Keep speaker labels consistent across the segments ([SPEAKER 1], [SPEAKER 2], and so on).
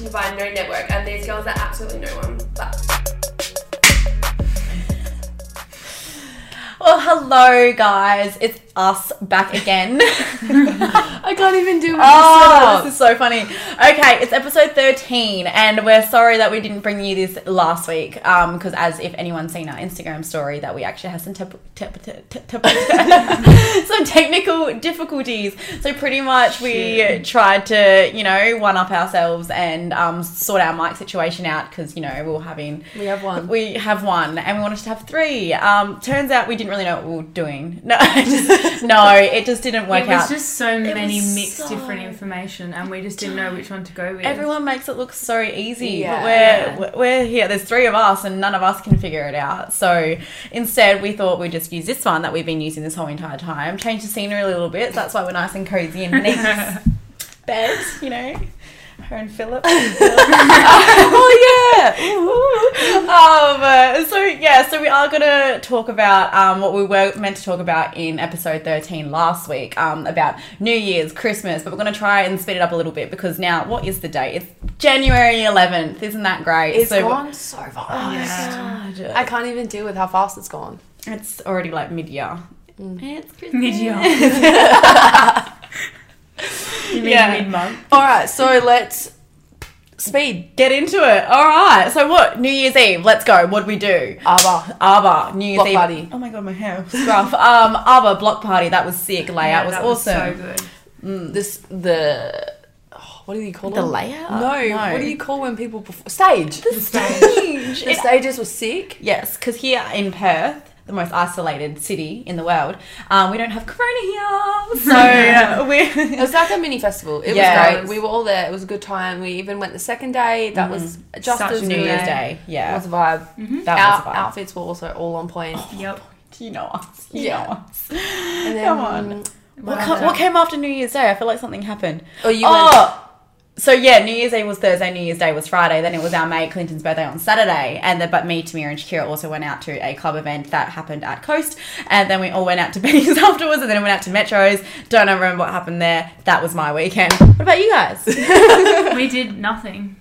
[SPEAKER 1] you by no network, and these girls are absolutely no one. But
[SPEAKER 2] Well, hello, guys. It's us back again.
[SPEAKER 1] I can't even do it.
[SPEAKER 2] oh, this is so funny. Okay, it's episode 13, and we're sorry that we didn't bring you this last week. Um, because as if anyone's seen our Instagram story, that we actually had some tep- tep- tep- tep- tep- some technical difficulties. So pretty much we tried to, you know, one up ourselves and um sort our mic situation out because you know we were having
[SPEAKER 1] We have one.
[SPEAKER 2] we have one and we wanted to have three. Um, turns out we didn't really know what we were doing. No, it just, no, it just didn't work
[SPEAKER 3] It
[SPEAKER 2] out.
[SPEAKER 3] was just so many
[SPEAKER 2] was
[SPEAKER 3] mixed
[SPEAKER 2] so
[SPEAKER 3] different information, and we just didn't know which one to go with.
[SPEAKER 2] Everyone makes it look so easy,
[SPEAKER 1] Yeah.
[SPEAKER 2] but we're- we're we're here. There's three of us, and none of us can figure it out. So instead, we thought we'd just use this one that we've been using this whole entire time. Change the scenery a little bit. That's why we're nice and cozy and neat bed, you know. Her and Philip. oh yeah. Ooh. Um, uh, so yeah, so we are gonna talk about um, what we were meant to talk about in episode thirteen last week um, about New Year's, Christmas, but we're gonna try and speed it up a little bit because now what is the date? It's January eleventh. Isn't that great?
[SPEAKER 1] it's
[SPEAKER 2] so,
[SPEAKER 1] gone so oh, fast.
[SPEAKER 3] Yeah.
[SPEAKER 2] God.
[SPEAKER 1] I can't even deal with how fast it's gone.
[SPEAKER 2] It's already like mid year. It's Christmas.
[SPEAKER 3] Mid-year. you mean
[SPEAKER 2] Yeah.
[SPEAKER 3] mid-month?
[SPEAKER 1] All right, so let's speed.
[SPEAKER 2] Get into it. All right. So what? New Year's Eve. Let's go. What do we do?
[SPEAKER 1] Abba.
[SPEAKER 2] Abba, New Year's
[SPEAKER 1] Block
[SPEAKER 2] Eve.
[SPEAKER 1] party.
[SPEAKER 2] Oh my god, my hair was rough. um, Abba block party. That was sick. Layout
[SPEAKER 3] Yeah,
[SPEAKER 2] was
[SPEAKER 3] that
[SPEAKER 2] awesome.
[SPEAKER 3] so good.
[SPEAKER 1] This the oh, what do you call
[SPEAKER 2] The
[SPEAKER 1] them?
[SPEAKER 2] layout?
[SPEAKER 1] No,
[SPEAKER 2] No.
[SPEAKER 1] what do you call when people perform? Stage. The,
[SPEAKER 2] Stage. It-
[SPEAKER 1] stages were sick.
[SPEAKER 2] yes, because here in Perth. The most isolated city in the world. Um, we don't have Corona here, so uh,
[SPEAKER 1] It
[SPEAKER 2] we
[SPEAKER 1] was like a mini festival. It
[SPEAKER 2] Yeah.
[SPEAKER 1] was great. We were all there. It was a good time. We even went the second day. That was just
[SPEAKER 3] Such
[SPEAKER 1] as
[SPEAKER 3] a
[SPEAKER 2] New
[SPEAKER 1] good.
[SPEAKER 2] Year's
[SPEAKER 3] Yeah.
[SPEAKER 2] Day.
[SPEAKER 1] It
[SPEAKER 2] Yeah,
[SPEAKER 1] was a vibe.
[SPEAKER 2] that
[SPEAKER 1] Our
[SPEAKER 2] was a vibe.
[SPEAKER 1] outfits were also all on point.
[SPEAKER 3] Yep.
[SPEAKER 2] You know us. You
[SPEAKER 1] Yeah.
[SPEAKER 2] know us.
[SPEAKER 1] And then,
[SPEAKER 2] Come on. What,
[SPEAKER 3] Well
[SPEAKER 2] co-
[SPEAKER 3] done.
[SPEAKER 2] what came after New Year's Day? I feel like something happened.
[SPEAKER 1] Oh, you
[SPEAKER 2] oh, so yeah, New Year's Eve was Thursday, New Year's Day was Friday. Then it was our mate Clinton's birthday on Saturday, and then but me, Tamir, and Shakira also went out to a club event that happened at Coast, and then we all went out to Benny's afterwards, and then we went out to Metro's. Don't remember what happened there. That was my weekend. What about you guys?
[SPEAKER 3] We did nothing,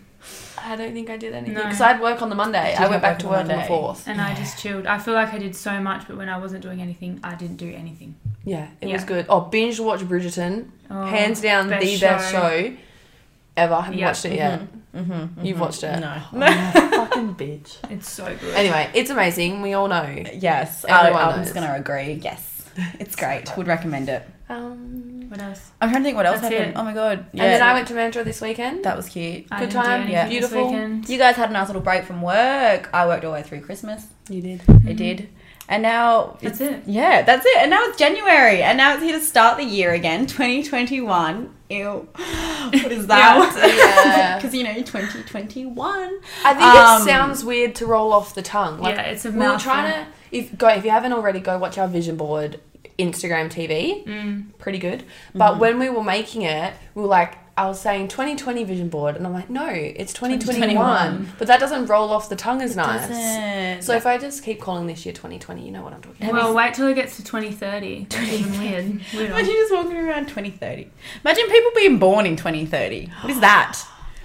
[SPEAKER 1] went. I don't think I did anything
[SPEAKER 3] No.
[SPEAKER 1] because I had work on the Monday. I
[SPEAKER 2] have
[SPEAKER 1] went
[SPEAKER 2] work
[SPEAKER 1] back to
[SPEAKER 2] on the
[SPEAKER 1] work on the
[SPEAKER 2] Monday.
[SPEAKER 1] fourth.
[SPEAKER 3] and I just chilled. I feel like I did so much, but when I wasn't doing anything, I didn't do anything.
[SPEAKER 1] Yeah, it was
[SPEAKER 3] Yeah.
[SPEAKER 1] good. Oh, binge watch Bridgerton.
[SPEAKER 3] Oh,
[SPEAKER 1] Hands down,
[SPEAKER 3] best
[SPEAKER 1] the best show ever. I haven't
[SPEAKER 3] Yeah.
[SPEAKER 1] watched it yet. Mm-hmm. You've watched it.
[SPEAKER 2] Mm-hmm. No.
[SPEAKER 1] Oh, fucking bitch.
[SPEAKER 3] It's so good.
[SPEAKER 1] Anyway, it's amazing. We all know.
[SPEAKER 2] Yes, I,
[SPEAKER 1] Everyone
[SPEAKER 2] I'm
[SPEAKER 1] knows.
[SPEAKER 2] just gonna agree. Yes, it's great. Would recommend it.
[SPEAKER 1] Um,
[SPEAKER 3] What else?
[SPEAKER 2] I'm trying to think what else
[SPEAKER 3] That's
[SPEAKER 2] happened.
[SPEAKER 3] it.
[SPEAKER 2] Oh my god. Yeah,
[SPEAKER 1] And then I went to Mantra this weekend.
[SPEAKER 2] that was cute.
[SPEAKER 3] I didn't
[SPEAKER 1] Good
[SPEAKER 3] do
[SPEAKER 1] time,
[SPEAKER 3] anything
[SPEAKER 2] yeah.
[SPEAKER 3] this
[SPEAKER 1] Beautiful.
[SPEAKER 3] weekend.
[SPEAKER 2] You guys had a nice little break from work. I worked all the way through Christmas.
[SPEAKER 1] You did.
[SPEAKER 2] It did. And now
[SPEAKER 3] Mm-hmm. That's
[SPEAKER 2] it's-
[SPEAKER 3] it.
[SPEAKER 2] Yeah, that's it. And now it's January, and now it's here to start the year again, 2021. Ew, what is that?
[SPEAKER 1] Yeah.
[SPEAKER 2] Because you know, 2021.
[SPEAKER 1] I think
[SPEAKER 2] Um,
[SPEAKER 1] it sounds weird to roll off the tongue. Like,
[SPEAKER 3] yeah, it's a
[SPEAKER 1] we were trying to. If go if you haven't already, go watch our vision board Instagram TV.
[SPEAKER 3] Mm.
[SPEAKER 1] Pretty good. But when we were making it, we were like. I was saying 2020 vision board, and I'm like, no, it's 2021.
[SPEAKER 3] 2021.
[SPEAKER 1] But that doesn't roll off the tongue as nice.
[SPEAKER 2] Doesn't-
[SPEAKER 1] So if I just keep calling this year 2020, you know what I'm talking about.
[SPEAKER 3] Well, wait till it gets to 2030. That's even weird.
[SPEAKER 2] Imagine
[SPEAKER 3] Weird.
[SPEAKER 2] just walking around 2030. Imagine people being born in 2030. What is that?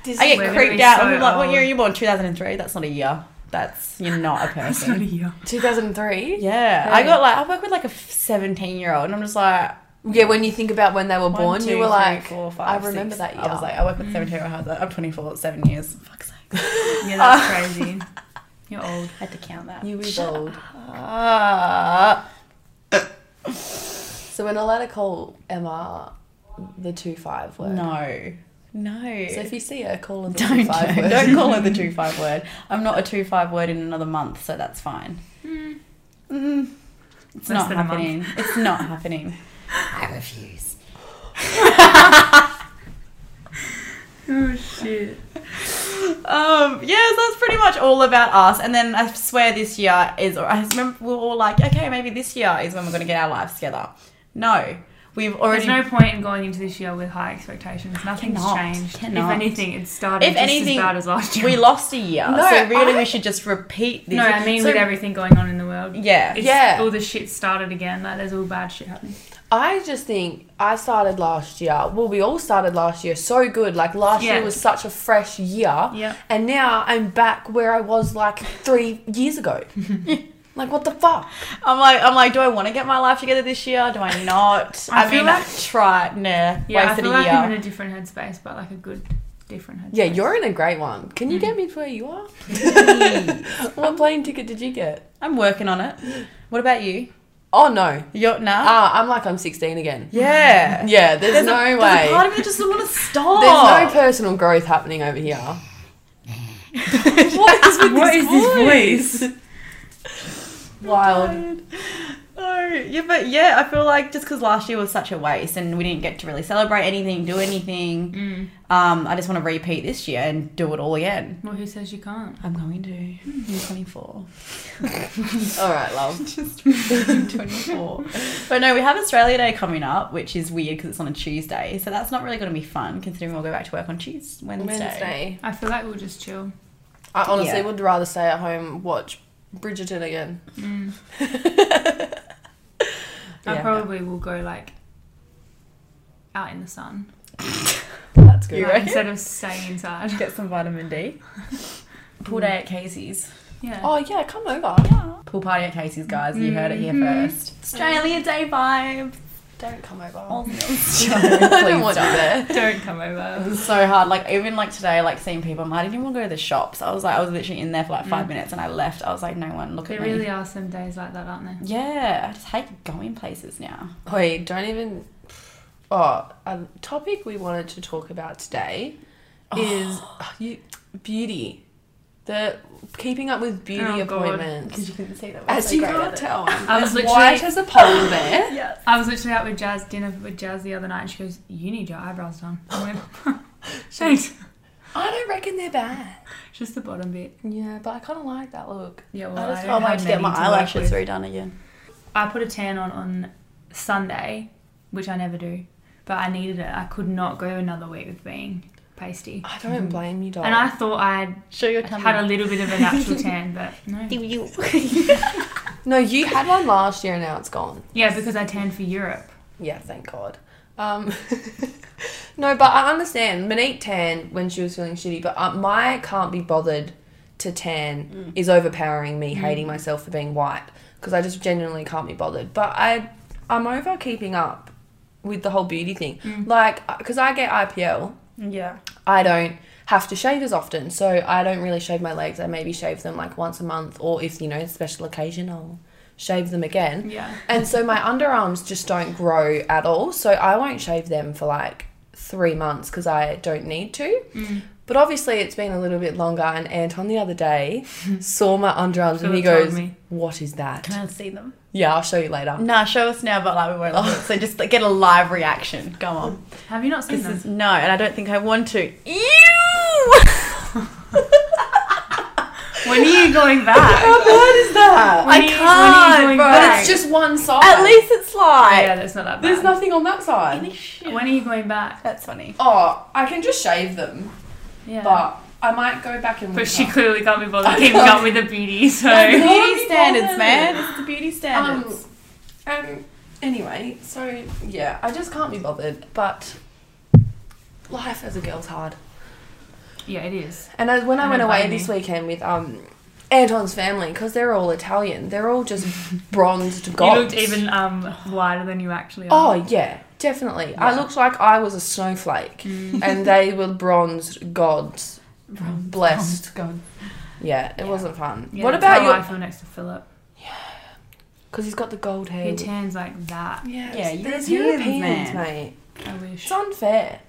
[SPEAKER 1] This
[SPEAKER 2] I
[SPEAKER 1] is
[SPEAKER 2] get
[SPEAKER 3] We're
[SPEAKER 1] where-
[SPEAKER 3] gonna
[SPEAKER 2] creeped
[SPEAKER 3] be
[SPEAKER 2] out.
[SPEAKER 3] so
[SPEAKER 2] I'm like, what year are
[SPEAKER 3] old.
[SPEAKER 2] you born? 2003? That's not a year. That's, you're not a person.
[SPEAKER 3] year.
[SPEAKER 1] 2003.
[SPEAKER 2] yeah. I got like, I work with like a 17 year old, and I'm just like,
[SPEAKER 1] Yeah, when you think about when they were
[SPEAKER 2] One,
[SPEAKER 1] born,
[SPEAKER 2] two,
[SPEAKER 1] you were
[SPEAKER 2] three,
[SPEAKER 1] like,
[SPEAKER 2] four, five,
[SPEAKER 1] I remember
[SPEAKER 2] six.
[SPEAKER 1] that year.
[SPEAKER 2] I was like, I work with 17 year olds. that. I'm 24, seven years. Fuck's sake.
[SPEAKER 3] Yeah, that's crazy. You're old.
[SPEAKER 2] I had to count that.
[SPEAKER 1] you were old.
[SPEAKER 2] Ah.
[SPEAKER 1] So we're not allowed to call Emma the two five word.
[SPEAKER 2] no. No.
[SPEAKER 1] So if you see her, call her the
[SPEAKER 2] don't,
[SPEAKER 1] two five
[SPEAKER 2] don't,
[SPEAKER 1] word.
[SPEAKER 2] don't call it the two five word. I'm not a two five word in another month, so that's fine.
[SPEAKER 1] Hmm.
[SPEAKER 2] Mm. It's
[SPEAKER 3] Less
[SPEAKER 2] not
[SPEAKER 3] than a month.
[SPEAKER 2] happening. It's not happening. I refuse.
[SPEAKER 3] Oh, shit.
[SPEAKER 2] Um, yeah, so that's pretty much all about us. And then I swear this year is, I remember we were all like, okay, maybe this year is when we're going to get our lives together. No. We've
[SPEAKER 3] There's
[SPEAKER 2] already.
[SPEAKER 3] no point in going into this year with high expectations. Nothing's
[SPEAKER 2] Cannot,
[SPEAKER 3] changed.
[SPEAKER 2] cannot.
[SPEAKER 3] If anything, it's started
[SPEAKER 2] If
[SPEAKER 3] just
[SPEAKER 2] anything,
[SPEAKER 3] as bad as last year.
[SPEAKER 2] we lost a year,
[SPEAKER 1] No,
[SPEAKER 2] so really
[SPEAKER 1] I-
[SPEAKER 2] we should just repeat this.
[SPEAKER 3] no, I mean
[SPEAKER 2] So-
[SPEAKER 3] with everything going on in the world.
[SPEAKER 2] Yeah.
[SPEAKER 3] It's,
[SPEAKER 1] Yeah.
[SPEAKER 3] All the shit started again. Like there's all bad shit happening.
[SPEAKER 1] I just think I started last year. Well, we all started last year so good. Like last
[SPEAKER 3] Yeah.
[SPEAKER 1] year was such a fresh year.
[SPEAKER 3] Yep.
[SPEAKER 1] And now I'm back where I was like three years ago. like what the fuck?
[SPEAKER 2] I'm like, I'm like, do I want to get my life together this year? Do I not?
[SPEAKER 3] I
[SPEAKER 2] I,
[SPEAKER 3] feel
[SPEAKER 2] mean,
[SPEAKER 3] like-
[SPEAKER 2] try, nah,
[SPEAKER 3] Yeah, I
[SPEAKER 2] wasted
[SPEAKER 3] feel
[SPEAKER 2] a
[SPEAKER 3] like
[SPEAKER 2] year.
[SPEAKER 3] I'm in a different headspace, but like a good different headspace.
[SPEAKER 1] Yeah, you're in a great one. Can
[SPEAKER 2] Mm.
[SPEAKER 1] you get me to where you are? what plane ticket did you get?
[SPEAKER 2] I'm working on it. What about you?
[SPEAKER 1] Oh no.
[SPEAKER 2] You're nah.
[SPEAKER 1] Ah, I'm like I'm 16 again.
[SPEAKER 2] yeah.
[SPEAKER 1] Yeah, there's, no
[SPEAKER 2] a,
[SPEAKER 1] way.
[SPEAKER 2] There's a part of me that just want to
[SPEAKER 1] There's no
[SPEAKER 2] stop.
[SPEAKER 1] personal growth happening over here. what is with
[SPEAKER 3] What
[SPEAKER 1] this
[SPEAKER 3] is this
[SPEAKER 1] voice? Wild.
[SPEAKER 2] No, yeah, but yeah, I feel like just because last year was such a waste and we didn't get to really celebrate anything, do anything,
[SPEAKER 3] Mm.
[SPEAKER 2] um, I just want to repeat this year and do it all again. Mm-hmm.
[SPEAKER 3] Well, who says you can't?
[SPEAKER 2] I'm going to. I'm 24.
[SPEAKER 1] All right, love.
[SPEAKER 2] 24. but no, we have Australia Day coming up, which is weird because it's on a Tuesday. So that's not really going to be fun considering we'll go back to work on Tuesday, Wednesday.
[SPEAKER 1] Wednesday.
[SPEAKER 3] I feel like we'll just chill.
[SPEAKER 1] I honestly
[SPEAKER 2] Yeah.
[SPEAKER 1] would rather stay at home watch Bridgerton again.
[SPEAKER 3] Mm. I
[SPEAKER 1] Yeah.
[SPEAKER 3] probably will go like out in the sun
[SPEAKER 1] That's good.
[SPEAKER 2] You
[SPEAKER 3] Like,
[SPEAKER 2] ready?
[SPEAKER 3] instead of staying inside.
[SPEAKER 2] Get some vitamin D. Pool day at Casey's.
[SPEAKER 3] Yeah.
[SPEAKER 1] Oh yeah, come over.
[SPEAKER 2] Pool party at Casey's, guys. You heard it here
[SPEAKER 3] Mhm.
[SPEAKER 2] first. Australia Day vibes.
[SPEAKER 1] Don't come over. I don't
[SPEAKER 2] Please
[SPEAKER 1] want you
[SPEAKER 2] don't.
[SPEAKER 1] there.
[SPEAKER 3] Don't come over.
[SPEAKER 2] It was so hard. Like even like today, like seeing people, I'm like, I didn't even want to go to the shops. I was like, I was literally in there for like five minutes and I left. I was like, no one look
[SPEAKER 3] There
[SPEAKER 2] at me.
[SPEAKER 3] Mm. really are some days like that, aren't there?
[SPEAKER 2] Yeah, I just hate going places now.
[SPEAKER 1] Wait, don't even. Oh, a topic we wanted to talk about today
[SPEAKER 3] Oh.
[SPEAKER 1] is oh, you, beauty. The keeping up with beauty
[SPEAKER 3] Oh, God.
[SPEAKER 1] appointments.
[SPEAKER 2] you couldn't see that.
[SPEAKER 1] As you can't tell,
[SPEAKER 3] I
[SPEAKER 1] I'm
[SPEAKER 3] was
[SPEAKER 1] as
[SPEAKER 3] literally-
[SPEAKER 1] white as a polar bear.
[SPEAKER 2] Yes.
[SPEAKER 3] I was literally out with Jazz dinner with Jazz the other night, and she goes, "You need your eyebrows done." I went, "Thanks."
[SPEAKER 1] I don't reckon they're bad.
[SPEAKER 3] Just the bottom bit.
[SPEAKER 1] Yeah, but I kind of like that look.
[SPEAKER 3] Yeah. Well,
[SPEAKER 1] I
[SPEAKER 3] I,
[SPEAKER 1] just-
[SPEAKER 3] don't
[SPEAKER 2] I might
[SPEAKER 3] have
[SPEAKER 2] just get my
[SPEAKER 3] many to work
[SPEAKER 2] eyelashes
[SPEAKER 3] with.
[SPEAKER 2] redone again.
[SPEAKER 3] I put a tan on on Sunday, which I never do, but I needed it. I could not go another week with being pasty.
[SPEAKER 1] I don't blame
[SPEAKER 2] Oh.
[SPEAKER 1] you, dog.
[SPEAKER 3] Mm-hmm. And I thought I
[SPEAKER 2] Show your
[SPEAKER 3] would had a little bit of a natural tan, but no.
[SPEAKER 2] you?
[SPEAKER 1] no, you had one last year and now it's gone.
[SPEAKER 3] Yeah, because I tanned for Europe.
[SPEAKER 1] Yeah, thank God. Um, no, but I understand. Monique tan when she was feeling shitty, but uh, my can't be bothered to tan is overpowering me, hating myself for being white because I just genuinely can't be bothered. But I, I'm over keeping up with the whole beauty thing, like because I get IPL.
[SPEAKER 2] yeah.
[SPEAKER 1] I don't have to shave as often, so I don't really shave my legs. I maybe shave them like once a month, or if you know special occasion, I'll shave them again.
[SPEAKER 3] Yeah.
[SPEAKER 1] And so my underarms just don't grow at all, so I won't shave them for like three months because I don't need to.
[SPEAKER 2] Mm.
[SPEAKER 1] But obviously, it's been a little bit longer. And Anton the other day saw my underarms and he
[SPEAKER 3] Philip told
[SPEAKER 1] goes,
[SPEAKER 3] me.
[SPEAKER 1] "What is that?"
[SPEAKER 2] Can I see them?
[SPEAKER 1] Yeah, I'll show you later.
[SPEAKER 2] Nah, show us now, but like we won't. look. So just like, get a live reaction. Go on.
[SPEAKER 3] Have you not seen
[SPEAKER 2] This
[SPEAKER 3] them?
[SPEAKER 2] is no, and I don't think I want to. Ew!
[SPEAKER 3] When are you going back?
[SPEAKER 1] How bad is that?
[SPEAKER 3] When
[SPEAKER 2] I
[SPEAKER 3] are you- when are you
[SPEAKER 2] can't,
[SPEAKER 3] going
[SPEAKER 2] bro.
[SPEAKER 1] But
[SPEAKER 3] back?
[SPEAKER 1] it's just one side.
[SPEAKER 2] At least it's like.
[SPEAKER 3] yeah, that's not that bad.
[SPEAKER 1] there's nothing on that side.
[SPEAKER 3] When are you going back?
[SPEAKER 2] That's funny.
[SPEAKER 1] Oh, I can just shave them.
[SPEAKER 3] Yeah.
[SPEAKER 1] But I might go back and.
[SPEAKER 3] But
[SPEAKER 1] winter.
[SPEAKER 3] she clearly can't be bothered
[SPEAKER 1] I
[SPEAKER 3] keeping
[SPEAKER 1] can't.
[SPEAKER 3] up with the beauty, so
[SPEAKER 1] I know.
[SPEAKER 2] Beauty
[SPEAKER 1] Bloody
[SPEAKER 2] standards,
[SPEAKER 1] bothered.
[SPEAKER 2] man. It's the beauty
[SPEAKER 1] Um,
[SPEAKER 2] standards.
[SPEAKER 1] um. Anyway, so yeah, I just can't be bothered. But life as a girl's hard.
[SPEAKER 3] yeah, it is.
[SPEAKER 1] And I, when I,
[SPEAKER 3] I
[SPEAKER 1] went
[SPEAKER 3] don't
[SPEAKER 1] away
[SPEAKER 3] blame
[SPEAKER 1] this weekend with um. Anton's family, because they're all Italian, they're all just bronzed gold.
[SPEAKER 3] You looked even um whiter than you actually are.
[SPEAKER 1] Oh yeah, definitely. I looked like I was a snowflake, and they were bronzed gods, blessed.
[SPEAKER 2] gone.
[SPEAKER 1] Yeah,
[SPEAKER 2] Yeah.
[SPEAKER 1] it wasn't fun.
[SPEAKER 3] Yeah,
[SPEAKER 1] what
[SPEAKER 3] that's
[SPEAKER 1] about
[SPEAKER 3] how I
[SPEAKER 1] your?
[SPEAKER 3] feel next to Philip.
[SPEAKER 1] Because he's got the gold hair.
[SPEAKER 3] He tans like that.
[SPEAKER 1] Yeah,
[SPEAKER 2] Yeah,
[SPEAKER 1] it's- there's
[SPEAKER 2] Europeans, man.
[SPEAKER 1] Europeans, mate.
[SPEAKER 3] I wish.
[SPEAKER 1] It's unfair.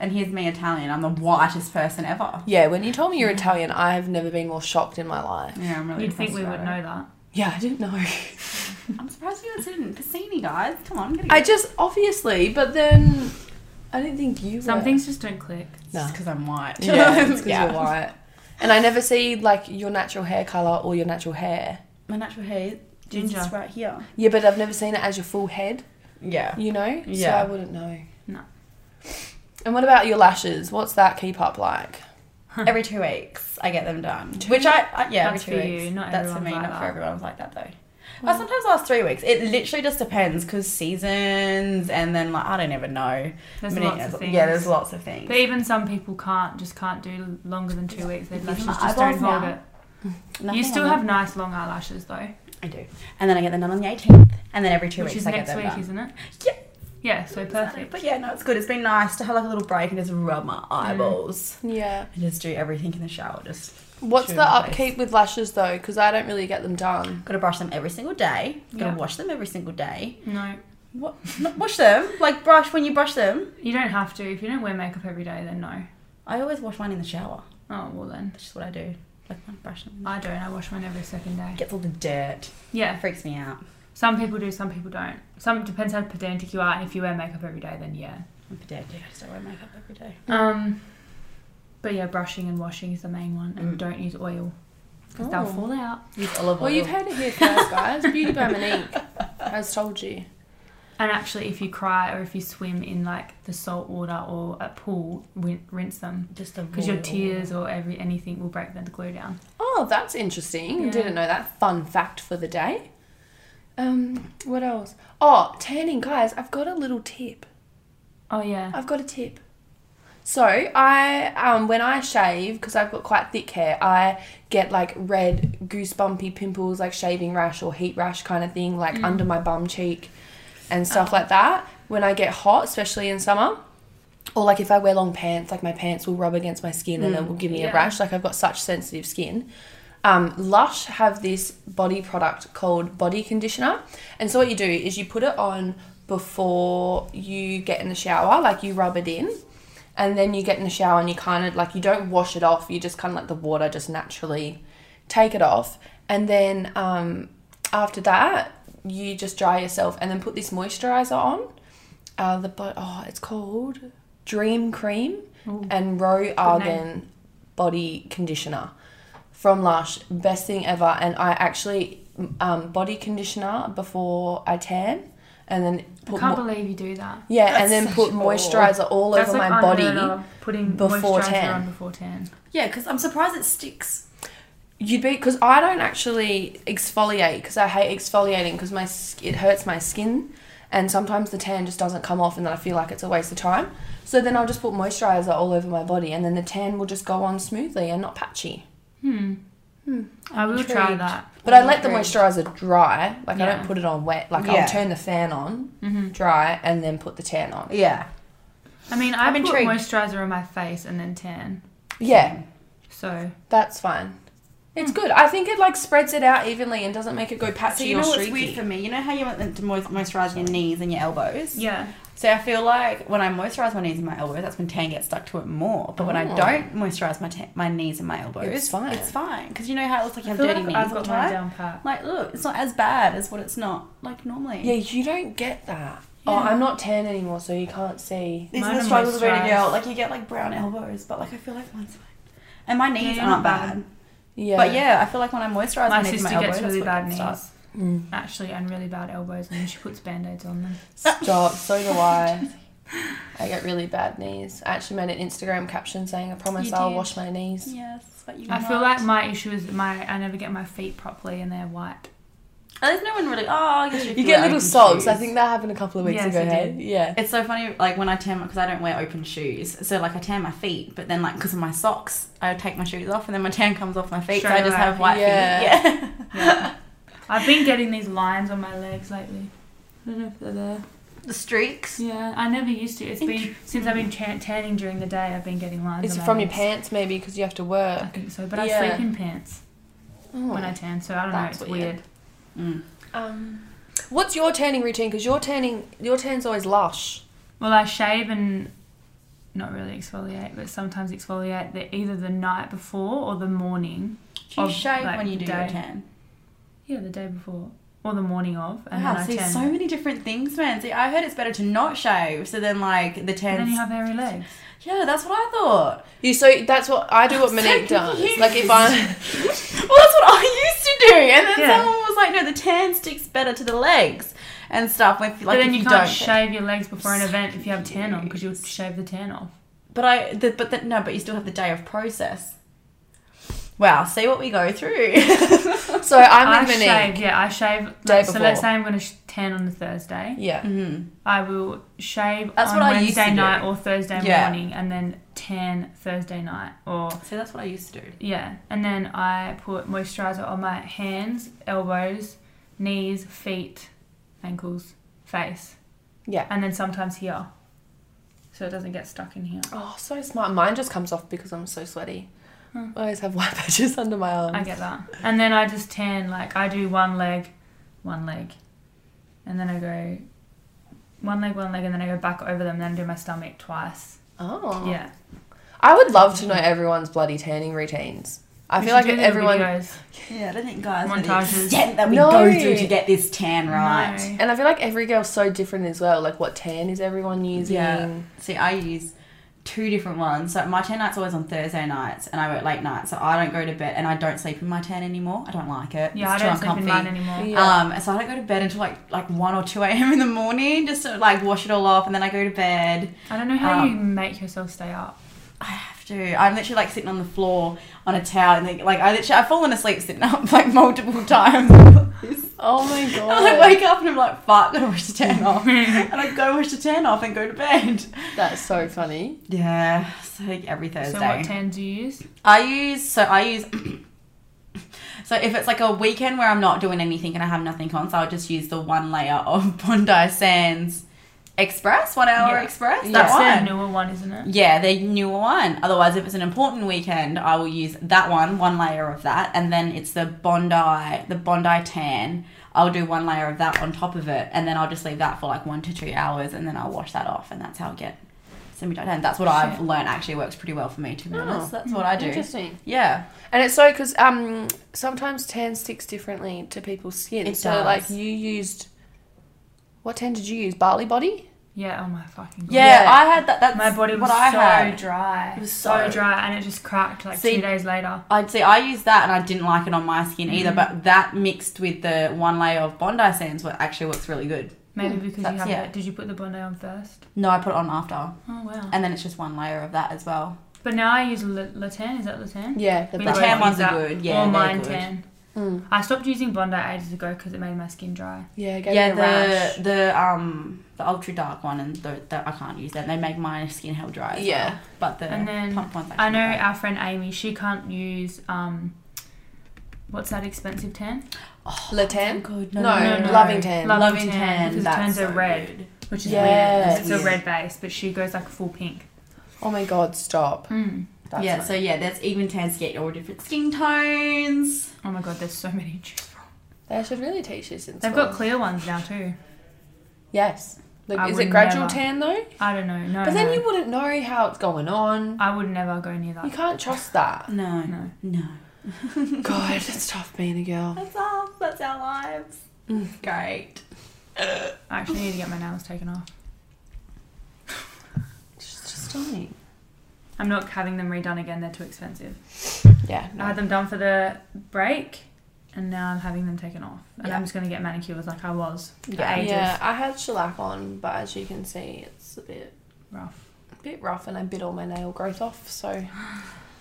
[SPEAKER 2] And here's me Italian. I'm the whitest person ever.
[SPEAKER 1] Yeah, when you told me you're Italian, I've never been more shocked in my life.
[SPEAKER 2] Yeah, I'm really.
[SPEAKER 3] You'd think
[SPEAKER 2] impressed
[SPEAKER 3] we
[SPEAKER 2] by
[SPEAKER 3] would
[SPEAKER 2] it.
[SPEAKER 3] know that.
[SPEAKER 1] Yeah, I didn't know.
[SPEAKER 2] I'm surprised you guys didn't. Piscini, guys. Come on, get it.
[SPEAKER 1] I just obviously, but then I didn't think you.
[SPEAKER 3] Some
[SPEAKER 1] were.
[SPEAKER 3] things just don't click.
[SPEAKER 2] It's
[SPEAKER 1] No.
[SPEAKER 2] just because I'm white.
[SPEAKER 1] Yeah, it's 'cause
[SPEAKER 2] Yeah.
[SPEAKER 1] you're white. And I never see like your natural hair color or your natural hair.
[SPEAKER 2] My natural hair. is
[SPEAKER 3] Ginger.
[SPEAKER 2] just right here.
[SPEAKER 1] Yeah, but I've never seen it as your full head.
[SPEAKER 2] Yeah.
[SPEAKER 1] you know? So
[SPEAKER 2] Yeah.
[SPEAKER 1] I wouldn't know.
[SPEAKER 3] No.
[SPEAKER 1] And what about your lashes? What's that keep up like?
[SPEAKER 2] Every two weeks, I get them done. Which I, I yeah,
[SPEAKER 3] That's
[SPEAKER 2] every two
[SPEAKER 3] for you,
[SPEAKER 2] weeks.
[SPEAKER 3] not
[SPEAKER 2] That's for
[SPEAKER 3] everyone's
[SPEAKER 2] me.
[SPEAKER 3] like
[SPEAKER 2] not for
[SPEAKER 3] that.
[SPEAKER 2] everyone's like that though. I sometimes last three weeks. It literally just depends because seasons and then like I don't even know.
[SPEAKER 3] There's
[SPEAKER 2] Many-
[SPEAKER 3] lots of things.
[SPEAKER 2] Yeah, there's lots of things.
[SPEAKER 3] But even some people can't just can't do longer than two weeks. Their
[SPEAKER 2] Even
[SPEAKER 3] lashes
[SPEAKER 2] my
[SPEAKER 3] just don't
[SPEAKER 2] eyeballs
[SPEAKER 3] hold
[SPEAKER 2] now.
[SPEAKER 3] it.
[SPEAKER 2] Nothing
[SPEAKER 3] you still
[SPEAKER 2] on
[SPEAKER 3] have
[SPEAKER 2] them.
[SPEAKER 3] nice long eyelashes though,
[SPEAKER 2] I do, and then I get them done on the 18th, and then every two
[SPEAKER 3] which
[SPEAKER 2] weeks
[SPEAKER 3] is
[SPEAKER 2] I get
[SPEAKER 3] next
[SPEAKER 2] them
[SPEAKER 3] week,
[SPEAKER 2] done.
[SPEAKER 3] isn't it?
[SPEAKER 2] Yeah.
[SPEAKER 3] Yeah. So perfect. Mm.
[SPEAKER 2] But yeah, no, it's good. It's been nice to have like a little break and just rub my eyeballs
[SPEAKER 1] Yeah.
[SPEAKER 2] and just do everything in the shower. Just
[SPEAKER 1] What's
[SPEAKER 2] True
[SPEAKER 1] the
[SPEAKER 2] advice.
[SPEAKER 1] upkeep with lashes though? Because I don't really get them done.
[SPEAKER 2] gotta brush them every single day. Gotta
[SPEAKER 3] Yeah.
[SPEAKER 2] wash them every single day.
[SPEAKER 3] No,
[SPEAKER 2] What? Not wash them? Like brush when you brush them.
[SPEAKER 3] you don't have to. If you don't wear makeup every day, then no.
[SPEAKER 2] I always wash mine in the shower.
[SPEAKER 3] Oh well, then
[SPEAKER 2] That's just what I do. Like I brush them.
[SPEAKER 3] I don't. I wash mine every second day.
[SPEAKER 2] Gets all the dirt.
[SPEAKER 3] Yeah.
[SPEAKER 2] That freaks me out.
[SPEAKER 3] Some people do. Some people don't. Some depends how pedantic you are. And if you wear makeup every day, then yeah.
[SPEAKER 2] I'm pedantic. I just don't wear makeup every day.
[SPEAKER 3] Um, but yeah, brushing and washing is the main one, and
[SPEAKER 2] Mm.
[SPEAKER 3] don't use oil because
[SPEAKER 1] Oh.
[SPEAKER 3] they'll fall out.
[SPEAKER 2] Use olive oil.
[SPEAKER 1] Well, you've heard it here first, guys. Beauty by Monique has told you.
[SPEAKER 3] And actually, if you cry or if you swim in like the salt water or a pool, win- rinse them
[SPEAKER 2] just the
[SPEAKER 3] because your tears or every anything will break the glue down.
[SPEAKER 1] Oh, that's interesting.
[SPEAKER 3] Yeah.
[SPEAKER 1] Didn't know that. Fun fact for the day. Um, what else? Oh, tanning, guys. I've got a little tip.
[SPEAKER 3] Oh yeah,
[SPEAKER 1] I've got a tip. So I, um, when I shave, because I've got quite thick hair, I get like red goosebumpy pimples, like shaving rash or heat rash kind of thing, like under my bum cheek, and stuff like that. When I get hot, especially in summer, or like if I wear long pants, like my pants will rub against my skin and it will give me a
[SPEAKER 3] yeah.
[SPEAKER 1] rash. Like I've got such sensitive skin. Um, Lush have this body product called body conditioner, and so what you do is you put it on before you get in the shower, like you rub it in, and then you get in the shower and you kind of like you don't wash it off. You just kind of let the water just naturally take it off, and then um, after that you just dry yourself and then put this moisturizer on. Uh, the but oh, it's called Dream Cream and Roe Argan Body Conditioner from Lush. Best thing ever. And I actually um, body conditioner before I tan, and then
[SPEAKER 3] I
[SPEAKER 1] put
[SPEAKER 3] can't
[SPEAKER 1] mo-
[SPEAKER 3] believe you do that.
[SPEAKER 1] yeah,
[SPEAKER 2] That's
[SPEAKER 1] and then
[SPEAKER 2] such
[SPEAKER 1] put
[SPEAKER 2] cool.
[SPEAKER 1] moisturizer all
[SPEAKER 3] That's
[SPEAKER 1] over
[SPEAKER 3] like
[SPEAKER 1] my
[SPEAKER 3] unheard
[SPEAKER 1] body.
[SPEAKER 3] of, Putting
[SPEAKER 1] before
[SPEAKER 3] moisturizer
[SPEAKER 1] tan.
[SPEAKER 3] on before tan.
[SPEAKER 2] Yeah, because I'm surprised it sticks.
[SPEAKER 1] You'd be because I don't actually exfoliate because I hate exfoliating because my sk- it hurts my skin, and sometimes the tan just doesn't come off, and then I feel like it's a waste of time. So then I'll just put moisturizer all over my body, and then the tan will just go on smoothly and not patchy.
[SPEAKER 3] Hmm. I will try
[SPEAKER 1] Hmm. intrigued.
[SPEAKER 3] that.
[SPEAKER 1] But I let the
[SPEAKER 2] Mm, Agreed.
[SPEAKER 1] moisturizer dry. Like I
[SPEAKER 3] Yeah.
[SPEAKER 1] don't put it on wet. Like
[SPEAKER 2] Yeah. Mm-hmm.
[SPEAKER 1] I'll turn the fan on, dry, and then put the tan on.
[SPEAKER 2] Yeah.
[SPEAKER 3] I mean, I
[SPEAKER 2] I'm
[SPEAKER 3] put
[SPEAKER 2] intrigued.
[SPEAKER 3] moisturizer on my face and then tan,
[SPEAKER 1] Yeah,
[SPEAKER 3] so
[SPEAKER 1] that's fine. It's good. I think it like spreads it out evenly and doesn't make it go patchy
[SPEAKER 2] Hmm. So you know
[SPEAKER 1] or
[SPEAKER 2] what's
[SPEAKER 1] streaky.
[SPEAKER 2] weird for me? You know how you want them to moist- moisturize your knees and your elbows?
[SPEAKER 3] yeah.
[SPEAKER 2] So I feel like when I moisturize my knees and my elbows, that's when tan gets stuck to it more. But when I
[SPEAKER 1] Oh.
[SPEAKER 2] don't moisturize my tan, my knees and my elbows,
[SPEAKER 1] It's fine.
[SPEAKER 2] It's fine because you know how it looks like you
[SPEAKER 3] I
[SPEAKER 2] have
[SPEAKER 3] feel
[SPEAKER 2] dirty
[SPEAKER 3] like
[SPEAKER 2] knees
[SPEAKER 3] I've
[SPEAKER 2] all the
[SPEAKER 3] got mine
[SPEAKER 2] time.
[SPEAKER 3] down pat.
[SPEAKER 2] Like, look, it's not as bad as what it's not like normally.
[SPEAKER 1] Yeah, you don't get that. Oh,
[SPEAKER 2] Yeah.
[SPEAKER 1] I'm not tan anymore, so you can't see.
[SPEAKER 2] These
[SPEAKER 3] Mine
[SPEAKER 2] are the
[SPEAKER 3] are
[SPEAKER 2] struggles of being a
[SPEAKER 3] moisturised.
[SPEAKER 2] girl. Like you get like brown elbows, but like I feel like mine's fine. And my knees
[SPEAKER 3] you're
[SPEAKER 2] aren't
[SPEAKER 3] not
[SPEAKER 2] bad.
[SPEAKER 3] bad.
[SPEAKER 1] Yeah.
[SPEAKER 2] But yeah, I feel like when I moisturize my,
[SPEAKER 3] My
[SPEAKER 2] knees and
[SPEAKER 3] sister
[SPEAKER 2] my
[SPEAKER 3] gets
[SPEAKER 2] elbows,
[SPEAKER 3] really bad
[SPEAKER 2] that's
[SPEAKER 3] knees,
[SPEAKER 2] what it
[SPEAKER 3] actually, and really bad elbows, and she puts band aids on them.
[SPEAKER 1] Stop. So do I. I get really bad knees. I actually made an Instagram caption saying, "I promise
[SPEAKER 2] You
[SPEAKER 1] I'll
[SPEAKER 2] did.
[SPEAKER 1] wash my knees."
[SPEAKER 2] Yes, but you.
[SPEAKER 3] I feel like my issue is my I never get my feet properly, and they're white.
[SPEAKER 2] At least no one really. Oh, I guess
[SPEAKER 1] You get little sobs. I think that happened a couple of weeks
[SPEAKER 3] Yes,
[SPEAKER 1] ago.
[SPEAKER 3] it
[SPEAKER 1] Hey,
[SPEAKER 3] did.
[SPEAKER 1] yeah.
[SPEAKER 2] It's so funny, like when I tan, because I don't wear open shoes. So like I tan my feet, but then like because of my socks, I take my shoes off, and then my tan comes off my feet, so I
[SPEAKER 3] Straight
[SPEAKER 2] just
[SPEAKER 3] away.
[SPEAKER 2] have white
[SPEAKER 1] Yeah.
[SPEAKER 2] feet. Yeah.
[SPEAKER 3] Yeah. I've been getting these lines on my legs lately. I don't know if they're there.
[SPEAKER 2] the streaks.
[SPEAKER 3] Yeah, I never used to. It's been since I've been tan- tanning during the day. I've been getting lines.
[SPEAKER 1] Is
[SPEAKER 3] on
[SPEAKER 1] it
[SPEAKER 3] my
[SPEAKER 1] from your
[SPEAKER 3] legs.
[SPEAKER 1] pants maybe because you have to
[SPEAKER 3] I
[SPEAKER 1] work? Oh.
[SPEAKER 3] think so, but I
[SPEAKER 1] Yeah.
[SPEAKER 3] sleep in pants when I tan, so I don't
[SPEAKER 1] That's
[SPEAKER 3] know. It's
[SPEAKER 1] weird.
[SPEAKER 3] weird.
[SPEAKER 2] Mm.
[SPEAKER 1] um, what's your tanning routine? Because your tanning, your tan's always lush.
[SPEAKER 3] Well, I shave and not really exfoliate, but sometimes exfoliate the, either the night before or the morning.
[SPEAKER 2] Do you
[SPEAKER 3] Of,
[SPEAKER 2] shave
[SPEAKER 3] like,
[SPEAKER 2] when you do your
[SPEAKER 3] day.
[SPEAKER 2] tan?
[SPEAKER 3] Yeah, the day before or the morning of, and
[SPEAKER 2] wow,
[SPEAKER 3] then I
[SPEAKER 2] see
[SPEAKER 3] tan.
[SPEAKER 2] so many different things, man. See, I heard it's better to not shave, so then like the
[SPEAKER 3] and then
[SPEAKER 2] tan.
[SPEAKER 3] you have hairy legs.
[SPEAKER 2] yeah, that's what I thought.
[SPEAKER 1] You so that's what I do. What
[SPEAKER 2] so
[SPEAKER 1] Monique does.
[SPEAKER 2] confused.
[SPEAKER 1] Like if I,
[SPEAKER 2] Well, that's what I used to do. And then
[SPEAKER 3] Yeah.
[SPEAKER 2] someone was like, no, the tan sticks better to the legs. and stuff. With
[SPEAKER 3] but
[SPEAKER 2] like,
[SPEAKER 3] then
[SPEAKER 2] if
[SPEAKER 3] you,
[SPEAKER 2] you,
[SPEAKER 3] can't
[SPEAKER 2] don't.
[SPEAKER 3] shave your legs before an event if you have tan on because you'll shave the tan off.
[SPEAKER 2] But I, the, but the, no, but you still have the day of process. Wow, see what we go through.
[SPEAKER 1] So I'm
[SPEAKER 3] I
[SPEAKER 1] with Monique.
[SPEAKER 3] shave, yeah, I shave.
[SPEAKER 1] Day
[SPEAKER 3] Like, so let's
[SPEAKER 1] before.
[SPEAKER 3] say I'm going to sh- tan on the Thursday.
[SPEAKER 1] Yeah.
[SPEAKER 2] mm-hmm.
[SPEAKER 3] I will shave
[SPEAKER 2] That's
[SPEAKER 3] on
[SPEAKER 2] what I used
[SPEAKER 3] Wednesday
[SPEAKER 2] to do.
[SPEAKER 3] night or Thursday
[SPEAKER 2] Yeah.
[SPEAKER 3] morning, and then tan Thursday night or
[SPEAKER 2] See, that's what I used to do.
[SPEAKER 3] yeah. And then I put moisturizer on my hands, elbows, knees, feet, ankles, face,
[SPEAKER 1] Yeah.
[SPEAKER 3] and then sometimes here, so it doesn't get stuck in here.
[SPEAKER 1] Oh, so smart. Mine just comes off because I'm so sweaty.
[SPEAKER 3] Hmm.
[SPEAKER 1] I always have white patches under my arms.
[SPEAKER 3] I get that. And then I just tan like I do one leg, one leg, and then I go one leg, one leg, and then I go back over them. Then I do my stomach twice.
[SPEAKER 1] Oh.
[SPEAKER 3] Yeah,
[SPEAKER 1] I would love to know everyone's bloody tanning routines. I
[SPEAKER 3] We should
[SPEAKER 1] feel like
[SPEAKER 3] do little
[SPEAKER 1] everyone,
[SPEAKER 3] videos.
[SPEAKER 2] Yeah, I don't think guys
[SPEAKER 3] know the Montages. extent
[SPEAKER 2] that
[SPEAKER 1] we No. go through to
[SPEAKER 2] get this tan
[SPEAKER 3] No.
[SPEAKER 1] and I feel like every girl's so different as well. Like, what tan is everyone using?
[SPEAKER 2] Yeah. See, I use two different ones. So my tan night's always on Thursday nights, and I work late nights, so I don't go to bed and I don't sleep in my tan anymore. I don't like it.
[SPEAKER 3] Yeah,
[SPEAKER 2] it's
[SPEAKER 3] I don't
[SPEAKER 2] too
[SPEAKER 3] sleep in
[SPEAKER 2] uncomfy.
[SPEAKER 3] mine anymore.
[SPEAKER 1] Yeah.
[SPEAKER 2] Um, and so I don't go to bed until like like one or two a.m. in the morning, just to like wash it all off, and then I go to bed.
[SPEAKER 3] I don't know how
[SPEAKER 2] Um,
[SPEAKER 3] you make yourself stay up.
[SPEAKER 2] I have to. I'm literally like sitting on the floor on a towel, and like, like I literally I've fallen asleep sitting up like multiple times.
[SPEAKER 1] Oh my god.
[SPEAKER 2] I wake up and I'm like, fuck, gotta wash the tan off, and I go wash the tan off and go to bed.
[SPEAKER 1] That's so funny.
[SPEAKER 2] Yeah, so like every Thursday.
[SPEAKER 3] So what tan do you use?
[SPEAKER 2] I use so I use so if it's like a weekend where I'm not doing anything and I have nothing on, so I'll just use the one layer of Bondi Sands Express, one hour
[SPEAKER 3] Yeah.
[SPEAKER 2] express.
[SPEAKER 1] Yeah.
[SPEAKER 2] That
[SPEAKER 1] That's
[SPEAKER 3] It's
[SPEAKER 2] one.
[SPEAKER 3] a newer one, isn't it?
[SPEAKER 2] yeah, the newer one. Otherwise, if it's an important weekend, I will use that one, one layer of that, and then it's the Bondi, the Bondi tan. I'll do one layer of that on top of it, and then I'll just leave that for like one to two hours, and then I'll wash that off, and that's how I get semi dye tan. That's what I've
[SPEAKER 3] Shit.
[SPEAKER 2] learned. Actually, works pretty well for me. To be
[SPEAKER 1] Oh.
[SPEAKER 2] honest, that's what I do.
[SPEAKER 1] Interesting.
[SPEAKER 2] Yeah.
[SPEAKER 1] And it's so because um, sometimes tan sticks differently to people's skin.
[SPEAKER 2] It
[SPEAKER 1] so,
[SPEAKER 2] does.
[SPEAKER 1] like, you used. What tan did you use? Barley body?
[SPEAKER 3] Yeah. Oh my fucking god.
[SPEAKER 2] yeah,
[SPEAKER 1] Yeah.
[SPEAKER 2] I had that. That's
[SPEAKER 3] My body was
[SPEAKER 2] what I
[SPEAKER 3] so
[SPEAKER 2] had.
[SPEAKER 3] dry. It
[SPEAKER 2] was
[SPEAKER 3] so,
[SPEAKER 2] so-
[SPEAKER 3] dry, and it just cracked like
[SPEAKER 2] See-
[SPEAKER 3] two days later.
[SPEAKER 2] I'd say I used that and I didn't like it on my
[SPEAKER 3] Mm-hmm.
[SPEAKER 2] skin either, but that mixed with the one layer of Bondi Sands what actually works really good.
[SPEAKER 3] Maybe because you
[SPEAKER 2] that's-
[SPEAKER 3] have
[SPEAKER 2] yeah.
[SPEAKER 3] it. Did you put the Bondi on first?
[SPEAKER 2] No, I put it on after,
[SPEAKER 3] Oh wow.
[SPEAKER 2] and then it's just one layer of that as well.
[SPEAKER 3] But now I use La- Latan. Is that Latan?
[SPEAKER 1] Yeah, the
[SPEAKER 3] We
[SPEAKER 2] The
[SPEAKER 3] both
[SPEAKER 1] barley.
[SPEAKER 2] tan
[SPEAKER 3] use
[SPEAKER 2] ones are
[SPEAKER 3] that.
[SPEAKER 2] good, yeah,
[SPEAKER 3] Or
[SPEAKER 2] they're
[SPEAKER 3] mine
[SPEAKER 2] good.
[SPEAKER 3] tan.
[SPEAKER 1] Mm.
[SPEAKER 3] I stopped using Bondi ages ago because it made my skin dry.
[SPEAKER 1] Yeah, it gave me
[SPEAKER 2] yeah,
[SPEAKER 1] a
[SPEAKER 2] the
[SPEAKER 1] rash.
[SPEAKER 2] the um the ultra dark one and the, the I can't use that. They make my skin hell dry. As
[SPEAKER 1] Yeah.
[SPEAKER 2] well. but the
[SPEAKER 3] And then
[SPEAKER 2] pump ones.
[SPEAKER 3] I know
[SPEAKER 2] actually
[SPEAKER 3] our friend Amy. She can't use um, what's that expensive tan?
[SPEAKER 1] Le
[SPEAKER 2] not
[SPEAKER 1] tan?
[SPEAKER 2] Oh, good.
[SPEAKER 1] No,
[SPEAKER 3] no, no.
[SPEAKER 1] loving tan.
[SPEAKER 3] Love-
[SPEAKER 2] loving
[SPEAKER 3] Loving tan,
[SPEAKER 2] tan.
[SPEAKER 3] because it
[SPEAKER 2] that's
[SPEAKER 3] turns a
[SPEAKER 2] so
[SPEAKER 3] red.
[SPEAKER 2] good.
[SPEAKER 3] which is
[SPEAKER 1] Yeah.
[SPEAKER 3] weird. 'cause It's
[SPEAKER 2] Weird.
[SPEAKER 3] a red base, but she goes like full pink.
[SPEAKER 1] Oh my god, stop.
[SPEAKER 2] Hmm.
[SPEAKER 3] Mm.
[SPEAKER 1] That's
[SPEAKER 2] yeah,
[SPEAKER 1] nice.
[SPEAKER 2] so yeah, that's even tans to get all different skin tones.
[SPEAKER 3] Oh my god, there's so many to choose from.
[SPEAKER 1] They should really teach this in
[SPEAKER 3] They've
[SPEAKER 1] school.
[SPEAKER 3] got clear ones now too.
[SPEAKER 1] Yes. Like,
[SPEAKER 3] I
[SPEAKER 1] is it
[SPEAKER 3] would
[SPEAKER 1] gradual
[SPEAKER 3] never.
[SPEAKER 1] tan though?
[SPEAKER 3] I don't know. No,
[SPEAKER 1] But then
[SPEAKER 3] no.
[SPEAKER 1] you wouldn't know how it's going on.
[SPEAKER 3] I would never go near
[SPEAKER 1] You
[SPEAKER 3] that.
[SPEAKER 1] can't trust that.
[SPEAKER 2] No,
[SPEAKER 3] No.
[SPEAKER 2] no.
[SPEAKER 1] God, it's tough being a girl.
[SPEAKER 2] That's us. That's our lives. Mm, Great.
[SPEAKER 3] I actually need to get my nails taken off.
[SPEAKER 1] Just, just on me.
[SPEAKER 3] I'm not having them redone again. They're too expensive.
[SPEAKER 1] Yeah.
[SPEAKER 3] I had them done for the break, and now I'm having them taken off. And
[SPEAKER 1] Yeah.
[SPEAKER 3] I'm just gonna get manicures like I was for
[SPEAKER 2] Yeah.
[SPEAKER 3] ages.
[SPEAKER 1] Yeah, I had shellac on, but as you can see, it's a bit
[SPEAKER 3] Rough.
[SPEAKER 1] a bit rough, and I bit all my nail growth off. So I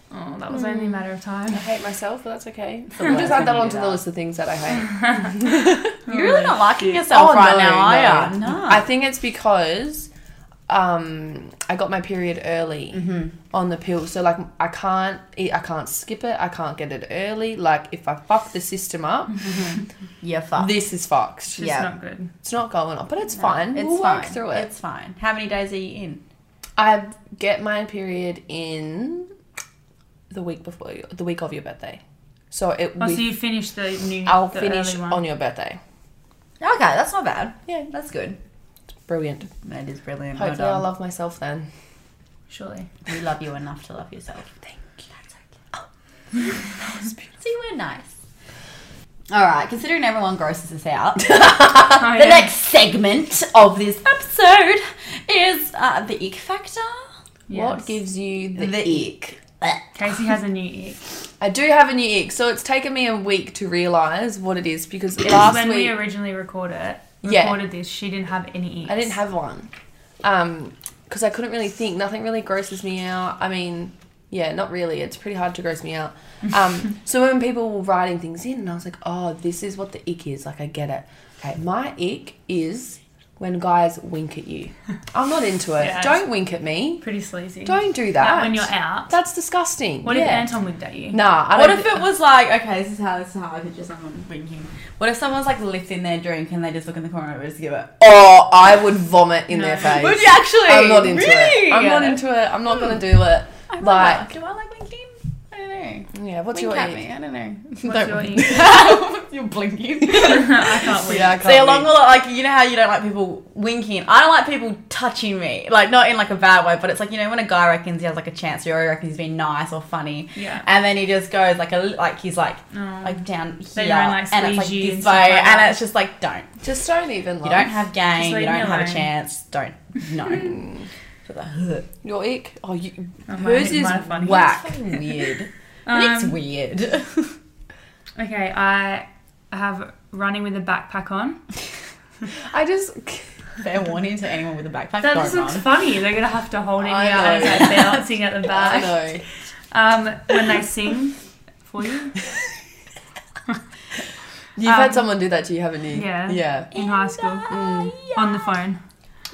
[SPEAKER 3] Oh, that was
[SPEAKER 1] Mm.
[SPEAKER 3] only a matter of time.
[SPEAKER 1] hate myself, but that's okay.
[SPEAKER 2] the
[SPEAKER 1] We'll
[SPEAKER 2] worst
[SPEAKER 1] just add
[SPEAKER 2] when
[SPEAKER 1] that
[SPEAKER 2] you
[SPEAKER 1] onto
[SPEAKER 2] do
[SPEAKER 1] the
[SPEAKER 2] that.
[SPEAKER 1] list of things that I hate.
[SPEAKER 2] You're really not liking yourself right
[SPEAKER 1] no,
[SPEAKER 2] now, are
[SPEAKER 1] no.
[SPEAKER 2] you? Oh, No. Mm-hmm.
[SPEAKER 1] I think it's because um, I got my period early on the pill, so like I can't eat, I can't skip it, I can't get it early. Like if I fuck the system up,
[SPEAKER 2] Mm-hmm. yeah, fuck.
[SPEAKER 1] this is
[SPEAKER 3] It's
[SPEAKER 1] fucked.
[SPEAKER 3] just
[SPEAKER 2] Yeah.
[SPEAKER 3] Mm-hmm. not good.
[SPEAKER 1] It's not going on, but it's fine.
[SPEAKER 2] It's
[SPEAKER 1] we'll
[SPEAKER 2] fine.
[SPEAKER 1] work through it.
[SPEAKER 2] It's fine. How many days are you in?
[SPEAKER 1] I get my period in the week before your, the week of your birthday, so it.
[SPEAKER 3] Oh,
[SPEAKER 1] we-
[SPEAKER 3] so you finished the new.
[SPEAKER 1] I'll
[SPEAKER 3] the
[SPEAKER 1] finish
[SPEAKER 3] early one.
[SPEAKER 1] on your birthday.
[SPEAKER 2] Okay, that's not bad.
[SPEAKER 1] Yeah,
[SPEAKER 2] That's good.
[SPEAKER 1] brilliant.
[SPEAKER 2] That is brilliant. Well
[SPEAKER 1] Hopefully, I'll
[SPEAKER 2] done.
[SPEAKER 1] love myself then.
[SPEAKER 3] Surely.
[SPEAKER 2] we love you enough to love yourself.
[SPEAKER 1] Thank you. Oh.
[SPEAKER 2] That's okay. See, we're nice. All right, considering everyone grosses us out,
[SPEAKER 3] Oh,
[SPEAKER 2] the
[SPEAKER 3] yeah.
[SPEAKER 2] next segment of this episode is uh, the ick factor.
[SPEAKER 1] What
[SPEAKER 3] Yes.
[SPEAKER 1] gives you the,
[SPEAKER 2] ick. Blech.
[SPEAKER 3] Casey has a new ick.
[SPEAKER 1] I do have a new ick, so it's taken me a week to realize what it is because last
[SPEAKER 3] when
[SPEAKER 1] week.
[SPEAKER 3] we originally recorded it,
[SPEAKER 1] Yeah.
[SPEAKER 3] recorded this, she didn't have any eats.
[SPEAKER 1] I didn't have one. Um, because I couldn't really think. Nothing really grosses me out. I mean, yeah, not really. It's pretty hard to gross me out. Um, so when people were writing things in, and I was like, oh, this is what the ick is. Like, I get it. Okay, my ick is when guys wink at you. I'm not into it.
[SPEAKER 3] Yeah.
[SPEAKER 1] Don't wink at me.
[SPEAKER 3] pretty sleazy.
[SPEAKER 1] Don't do that.
[SPEAKER 3] Like, when you're out.
[SPEAKER 1] That's disgusting.
[SPEAKER 3] what
[SPEAKER 1] yeah.
[SPEAKER 3] if Anton winked at you?
[SPEAKER 1] Nah, I
[SPEAKER 2] What
[SPEAKER 1] don't.
[SPEAKER 2] if it was like okay, this is how this is how I picture someone winking. What if someone's like lifting their drink and they just look in the corner and just give it?
[SPEAKER 1] oh, I would vomit in their
[SPEAKER 3] No.
[SPEAKER 1] face.
[SPEAKER 2] Would you actually?
[SPEAKER 1] I'm not into
[SPEAKER 2] really?
[SPEAKER 1] it. I'm not into it. I'm not gonna do it.
[SPEAKER 2] I don't
[SPEAKER 1] like-
[SPEAKER 2] know. do I like winking? I don't know.
[SPEAKER 1] Yeah, what's
[SPEAKER 2] Wink
[SPEAKER 1] your
[SPEAKER 2] at
[SPEAKER 1] ick?
[SPEAKER 2] me. I don't know.
[SPEAKER 3] What's your
[SPEAKER 2] Don't-
[SPEAKER 3] eat?
[SPEAKER 2] You're blinking.
[SPEAKER 3] I can't wink.
[SPEAKER 1] Oh, Yeah, I can't
[SPEAKER 2] See, along
[SPEAKER 1] wink.
[SPEAKER 2] with like you know how you don't like people winking. I don't like people touching me, like not in like a bad way, but it's like you know when a guy reckons he has like a chance, or he reckons he's being nice or funny,
[SPEAKER 3] Yeah.
[SPEAKER 2] and then he just goes like a like he's like
[SPEAKER 3] Um,
[SPEAKER 2] like down here,
[SPEAKER 3] They don't, like,
[SPEAKER 2] and it's like
[SPEAKER 3] squeeze you and
[SPEAKER 2] this way,
[SPEAKER 3] stuff like
[SPEAKER 2] and
[SPEAKER 3] that.
[SPEAKER 2] it's just like don't.
[SPEAKER 1] Just don't even.
[SPEAKER 2] You
[SPEAKER 1] Like,
[SPEAKER 2] don't have game.
[SPEAKER 3] leave
[SPEAKER 2] You
[SPEAKER 3] me
[SPEAKER 2] don't have a
[SPEAKER 3] alone.
[SPEAKER 2] chance. Don't. No. Just like, "Ugh."
[SPEAKER 1] Your ick? Oh, you,
[SPEAKER 3] Oh, mine-
[SPEAKER 1] hers is
[SPEAKER 3] mine are funny.
[SPEAKER 1] whack.
[SPEAKER 2] It's fucking weird. it's
[SPEAKER 3] Um,
[SPEAKER 2] weird.
[SPEAKER 3] okay, I have running with a backpack on.
[SPEAKER 1] I just
[SPEAKER 2] Fair warning to anyone with a backpack. don't
[SPEAKER 3] That just looks
[SPEAKER 2] run.
[SPEAKER 3] funny. They're gonna have to hold it
[SPEAKER 1] I
[SPEAKER 3] out and
[SPEAKER 1] know.
[SPEAKER 3] it's like bouncing at the
[SPEAKER 1] I
[SPEAKER 3] back.
[SPEAKER 1] know.
[SPEAKER 3] Um, when they sing for you
[SPEAKER 1] You've
[SPEAKER 3] Um,
[SPEAKER 1] had someone do that to you, haven't you?
[SPEAKER 3] yeah.
[SPEAKER 1] Yeah.
[SPEAKER 3] in high school
[SPEAKER 1] Mm.
[SPEAKER 3] on the phone.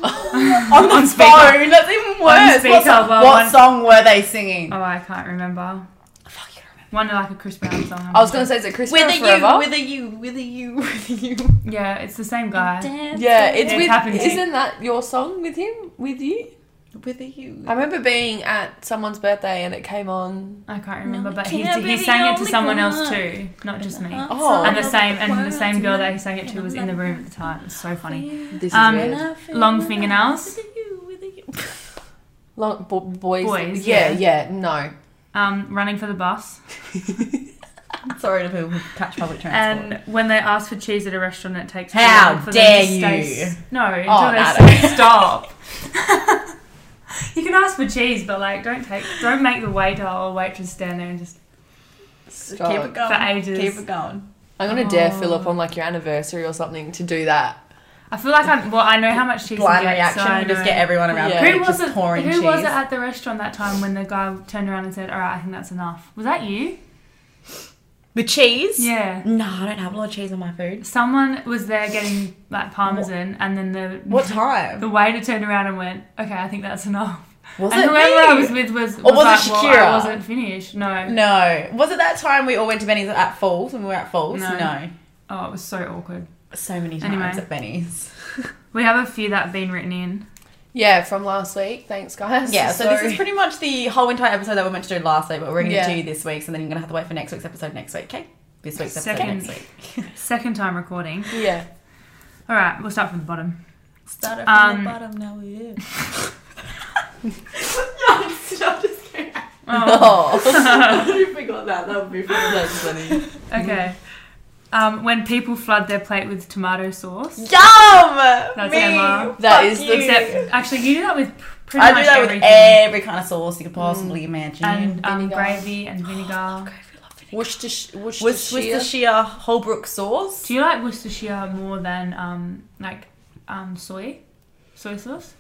[SPEAKER 2] on the
[SPEAKER 3] On speaker.
[SPEAKER 2] phone. That's even worse.
[SPEAKER 3] speaker,
[SPEAKER 2] what song,
[SPEAKER 3] well,
[SPEAKER 2] what
[SPEAKER 3] one-
[SPEAKER 2] song were they singing?
[SPEAKER 3] Oh, I can't remember.
[SPEAKER 2] Fuck, you don't
[SPEAKER 3] One like a Chris Brown song.
[SPEAKER 1] I was gonna say, is it Chris Brown
[SPEAKER 2] remember.
[SPEAKER 1] forever?
[SPEAKER 2] Whether you, whether you, whether you, whether you.
[SPEAKER 3] Yeah, it's the same guy.
[SPEAKER 2] Dance
[SPEAKER 1] yeah, it's
[SPEAKER 3] It
[SPEAKER 1] with.
[SPEAKER 3] happened to-
[SPEAKER 1] Isn't that your song with him? With you?
[SPEAKER 2] whether you.
[SPEAKER 1] I remember being at someone's birthday and it came on.
[SPEAKER 3] I can't remember,
[SPEAKER 2] No,
[SPEAKER 3] but
[SPEAKER 2] you
[SPEAKER 3] he,
[SPEAKER 2] can't
[SPEAKER 3] he
[SPEAKER 2] be
[SPEAKER 3] sang it to
[SPEAKER 2] the
[SPEAKER 3] someone
[SPEAKER 2] only
[SPEAKER 3] else
[SPEAKER 2] one.
[SPEAKER 3] too, not just me.
[SPEAKER 1] Oh.
[SPEAKER 3] And the same and the same girl that he sang it to was in the room at the time. It's so funny.
[SPEAKER 1] This is
[SPEAKER 3] Um,
[SPEAKER 1] weird.
[SPEAKER 3] Long fingernails.
[SPEAKER 2] Whether you, whether you.
[SPEAKER 1] Long, bo- boys.
[SPEAKER 3] Boys,
[SPEAKER 1] Yeah, yeah. no.
[SPEAKER 3] Um, running for the bus.
[SPEAKER 2] Sorry to people who catch public transport.
[SPEAKER 3] And Um, when they ask for cheese at a restaurant, it takes
[SPEAKER 2] How
[SPEAKER 3] too long for
[SPEAKER 2] dare
[SPEAKER 3] them to stay
[SPEAKER 2] you.
[SPEAKER 3] s- No, until
[SPEAKER 2] Oh,
[SPEAKER 3] they
[SPEAKER 2] no,
[SPEAKER 3] say stop. you can ask for cheese, but like, don't take, don't make the waiter or waitress stand there and just
[SPEAKER 1] Stop.
[SPEAKER 2] Keep it going.
[SPEAKER 3] for ages.
[SPEAKER 2] Keep it going.
[SPEAKER 1] I'm gonna dare
[SPEAKER 3] Oh.
[SPEAKER 1] Philip on like your anniversary or something to do that.
[SPEAKER 3] I feel like I'm. Well, I know how much cheese.
[SPEAKER 2] Blind
[SPEAKER 3] you get,
[SPEAKER 2] reaction.
[SPEAKER 3] So I
[SPEAKER 2] you just
[SPEAKER 3] know.
[SPEAKER 2] get everyone around.
[SPEAKER 1] Yeah.
[SPEAKER 2] you,
[SPEAKER 3] Who was
[SPEAKER 2] just
[SPEAKER 3] it?
[SPEAKER 2] pouring
[SPEAKER 3] Who
[SPEAKER 2] cheese.
[SPEAKER 3] was it at the restaurant that time when the guy turned around and said, "All right, I think that's enough." Was that you?
[SPEAKER 2] With cheese?
[SPEAKER 3] Yeah.
[SPEAKER 2] No, I don't have a lot of cheese on my food.
[SPEAKER 3] Someone was there getting like parmesan, and then the
[SPEAKER 2] What time?
[SPEAKER 3] the waiter turned around and went, "Okay, I think that's enough."
[SPEAKER 2] Was
[SPEAKER 3] and
[SPEAKER 2] it
[SPEAKER 3] whoever
[SPEAKER 2] me?
[SPEAKER 3] I was with was, was,
[SPEAKER 2] Or was it
[SPEAKER 3] like, well,
[SPEAKER 2] Shakira?"
[SPEAKER 3] I wasn't finished. No.
[SPEAKER 2] No. Was it that time we all went to Benny's at Falls when we were at Falls?
[SPEAKER 3] No. Oh, it was so awkward.
[SPEAKER 2] So many times
[SPEAKER 3] Anyway.
[SPEAKER 2] at Benny's.
[SPEAKER 3] We have a few that have been written in.
[SPEAKER 1] Yeah, from last week. Thanks, guys.
[SPEAKER 2] Yeah, so, this
[SPEAKER 1] Sorry.
[SPEAKER 2] is pretty much the whole entire episode that we're meant to do last week, but we're going to
[SPEAKER 1] Yeah.
[SPEAKER 2] do this week's, and then you're going to have to wait for next week's episode next week, okay? This week's episode next
[SPEAKER 3] Second.
[SPEAKER 2] week.
[SPEAKER 3] Second time recording.
[SPEAKER 1] Yeah.
[SPEAKER 3] All right, we'll start from the bottom.
[SPEAKER 2] Start it
[SPEAKER 3] Um,
[SPEAKER 2] bottom now, yeah.
[SPEAKER 3] Oh,
[SPEAKER 1] Oh.
[SPEAKER 2] I forgot that. That would be fun.
[SPEAKER 1] That's funny.
[SPEAKER 3] okay. Um, when people flood their plate with tomato sauce.
[SPEAKER 2] Yum! That's
[SPEAKER 3] Me. Emma.
[SPEAKER 1] That is the-
[SPEAKER 3] Except, actually, you do that with pr- pretty
[SPEAKER 2] I
[SPEAKER 3] much
[SPEAKER 2] do that
[SPEAKER 3] everything.
[SPEAKER 2] with every kind of sauce you could possibly imagine.
[SPEAKER 3] and um,
[SPEAKER 1] Vinegar.
[SPEAKER 3] gravy and
[SPEAKER 2] Oh,
[SPEAKER 3] vinegar.
[SPEAKER 1] Worcestershire. Worcestershire.
[SPEAKER 2] Worcestershire Holbrook sauce.
[SPEAKER 3] Do you like Worcestershire more than um, like um, soy, soy sauce?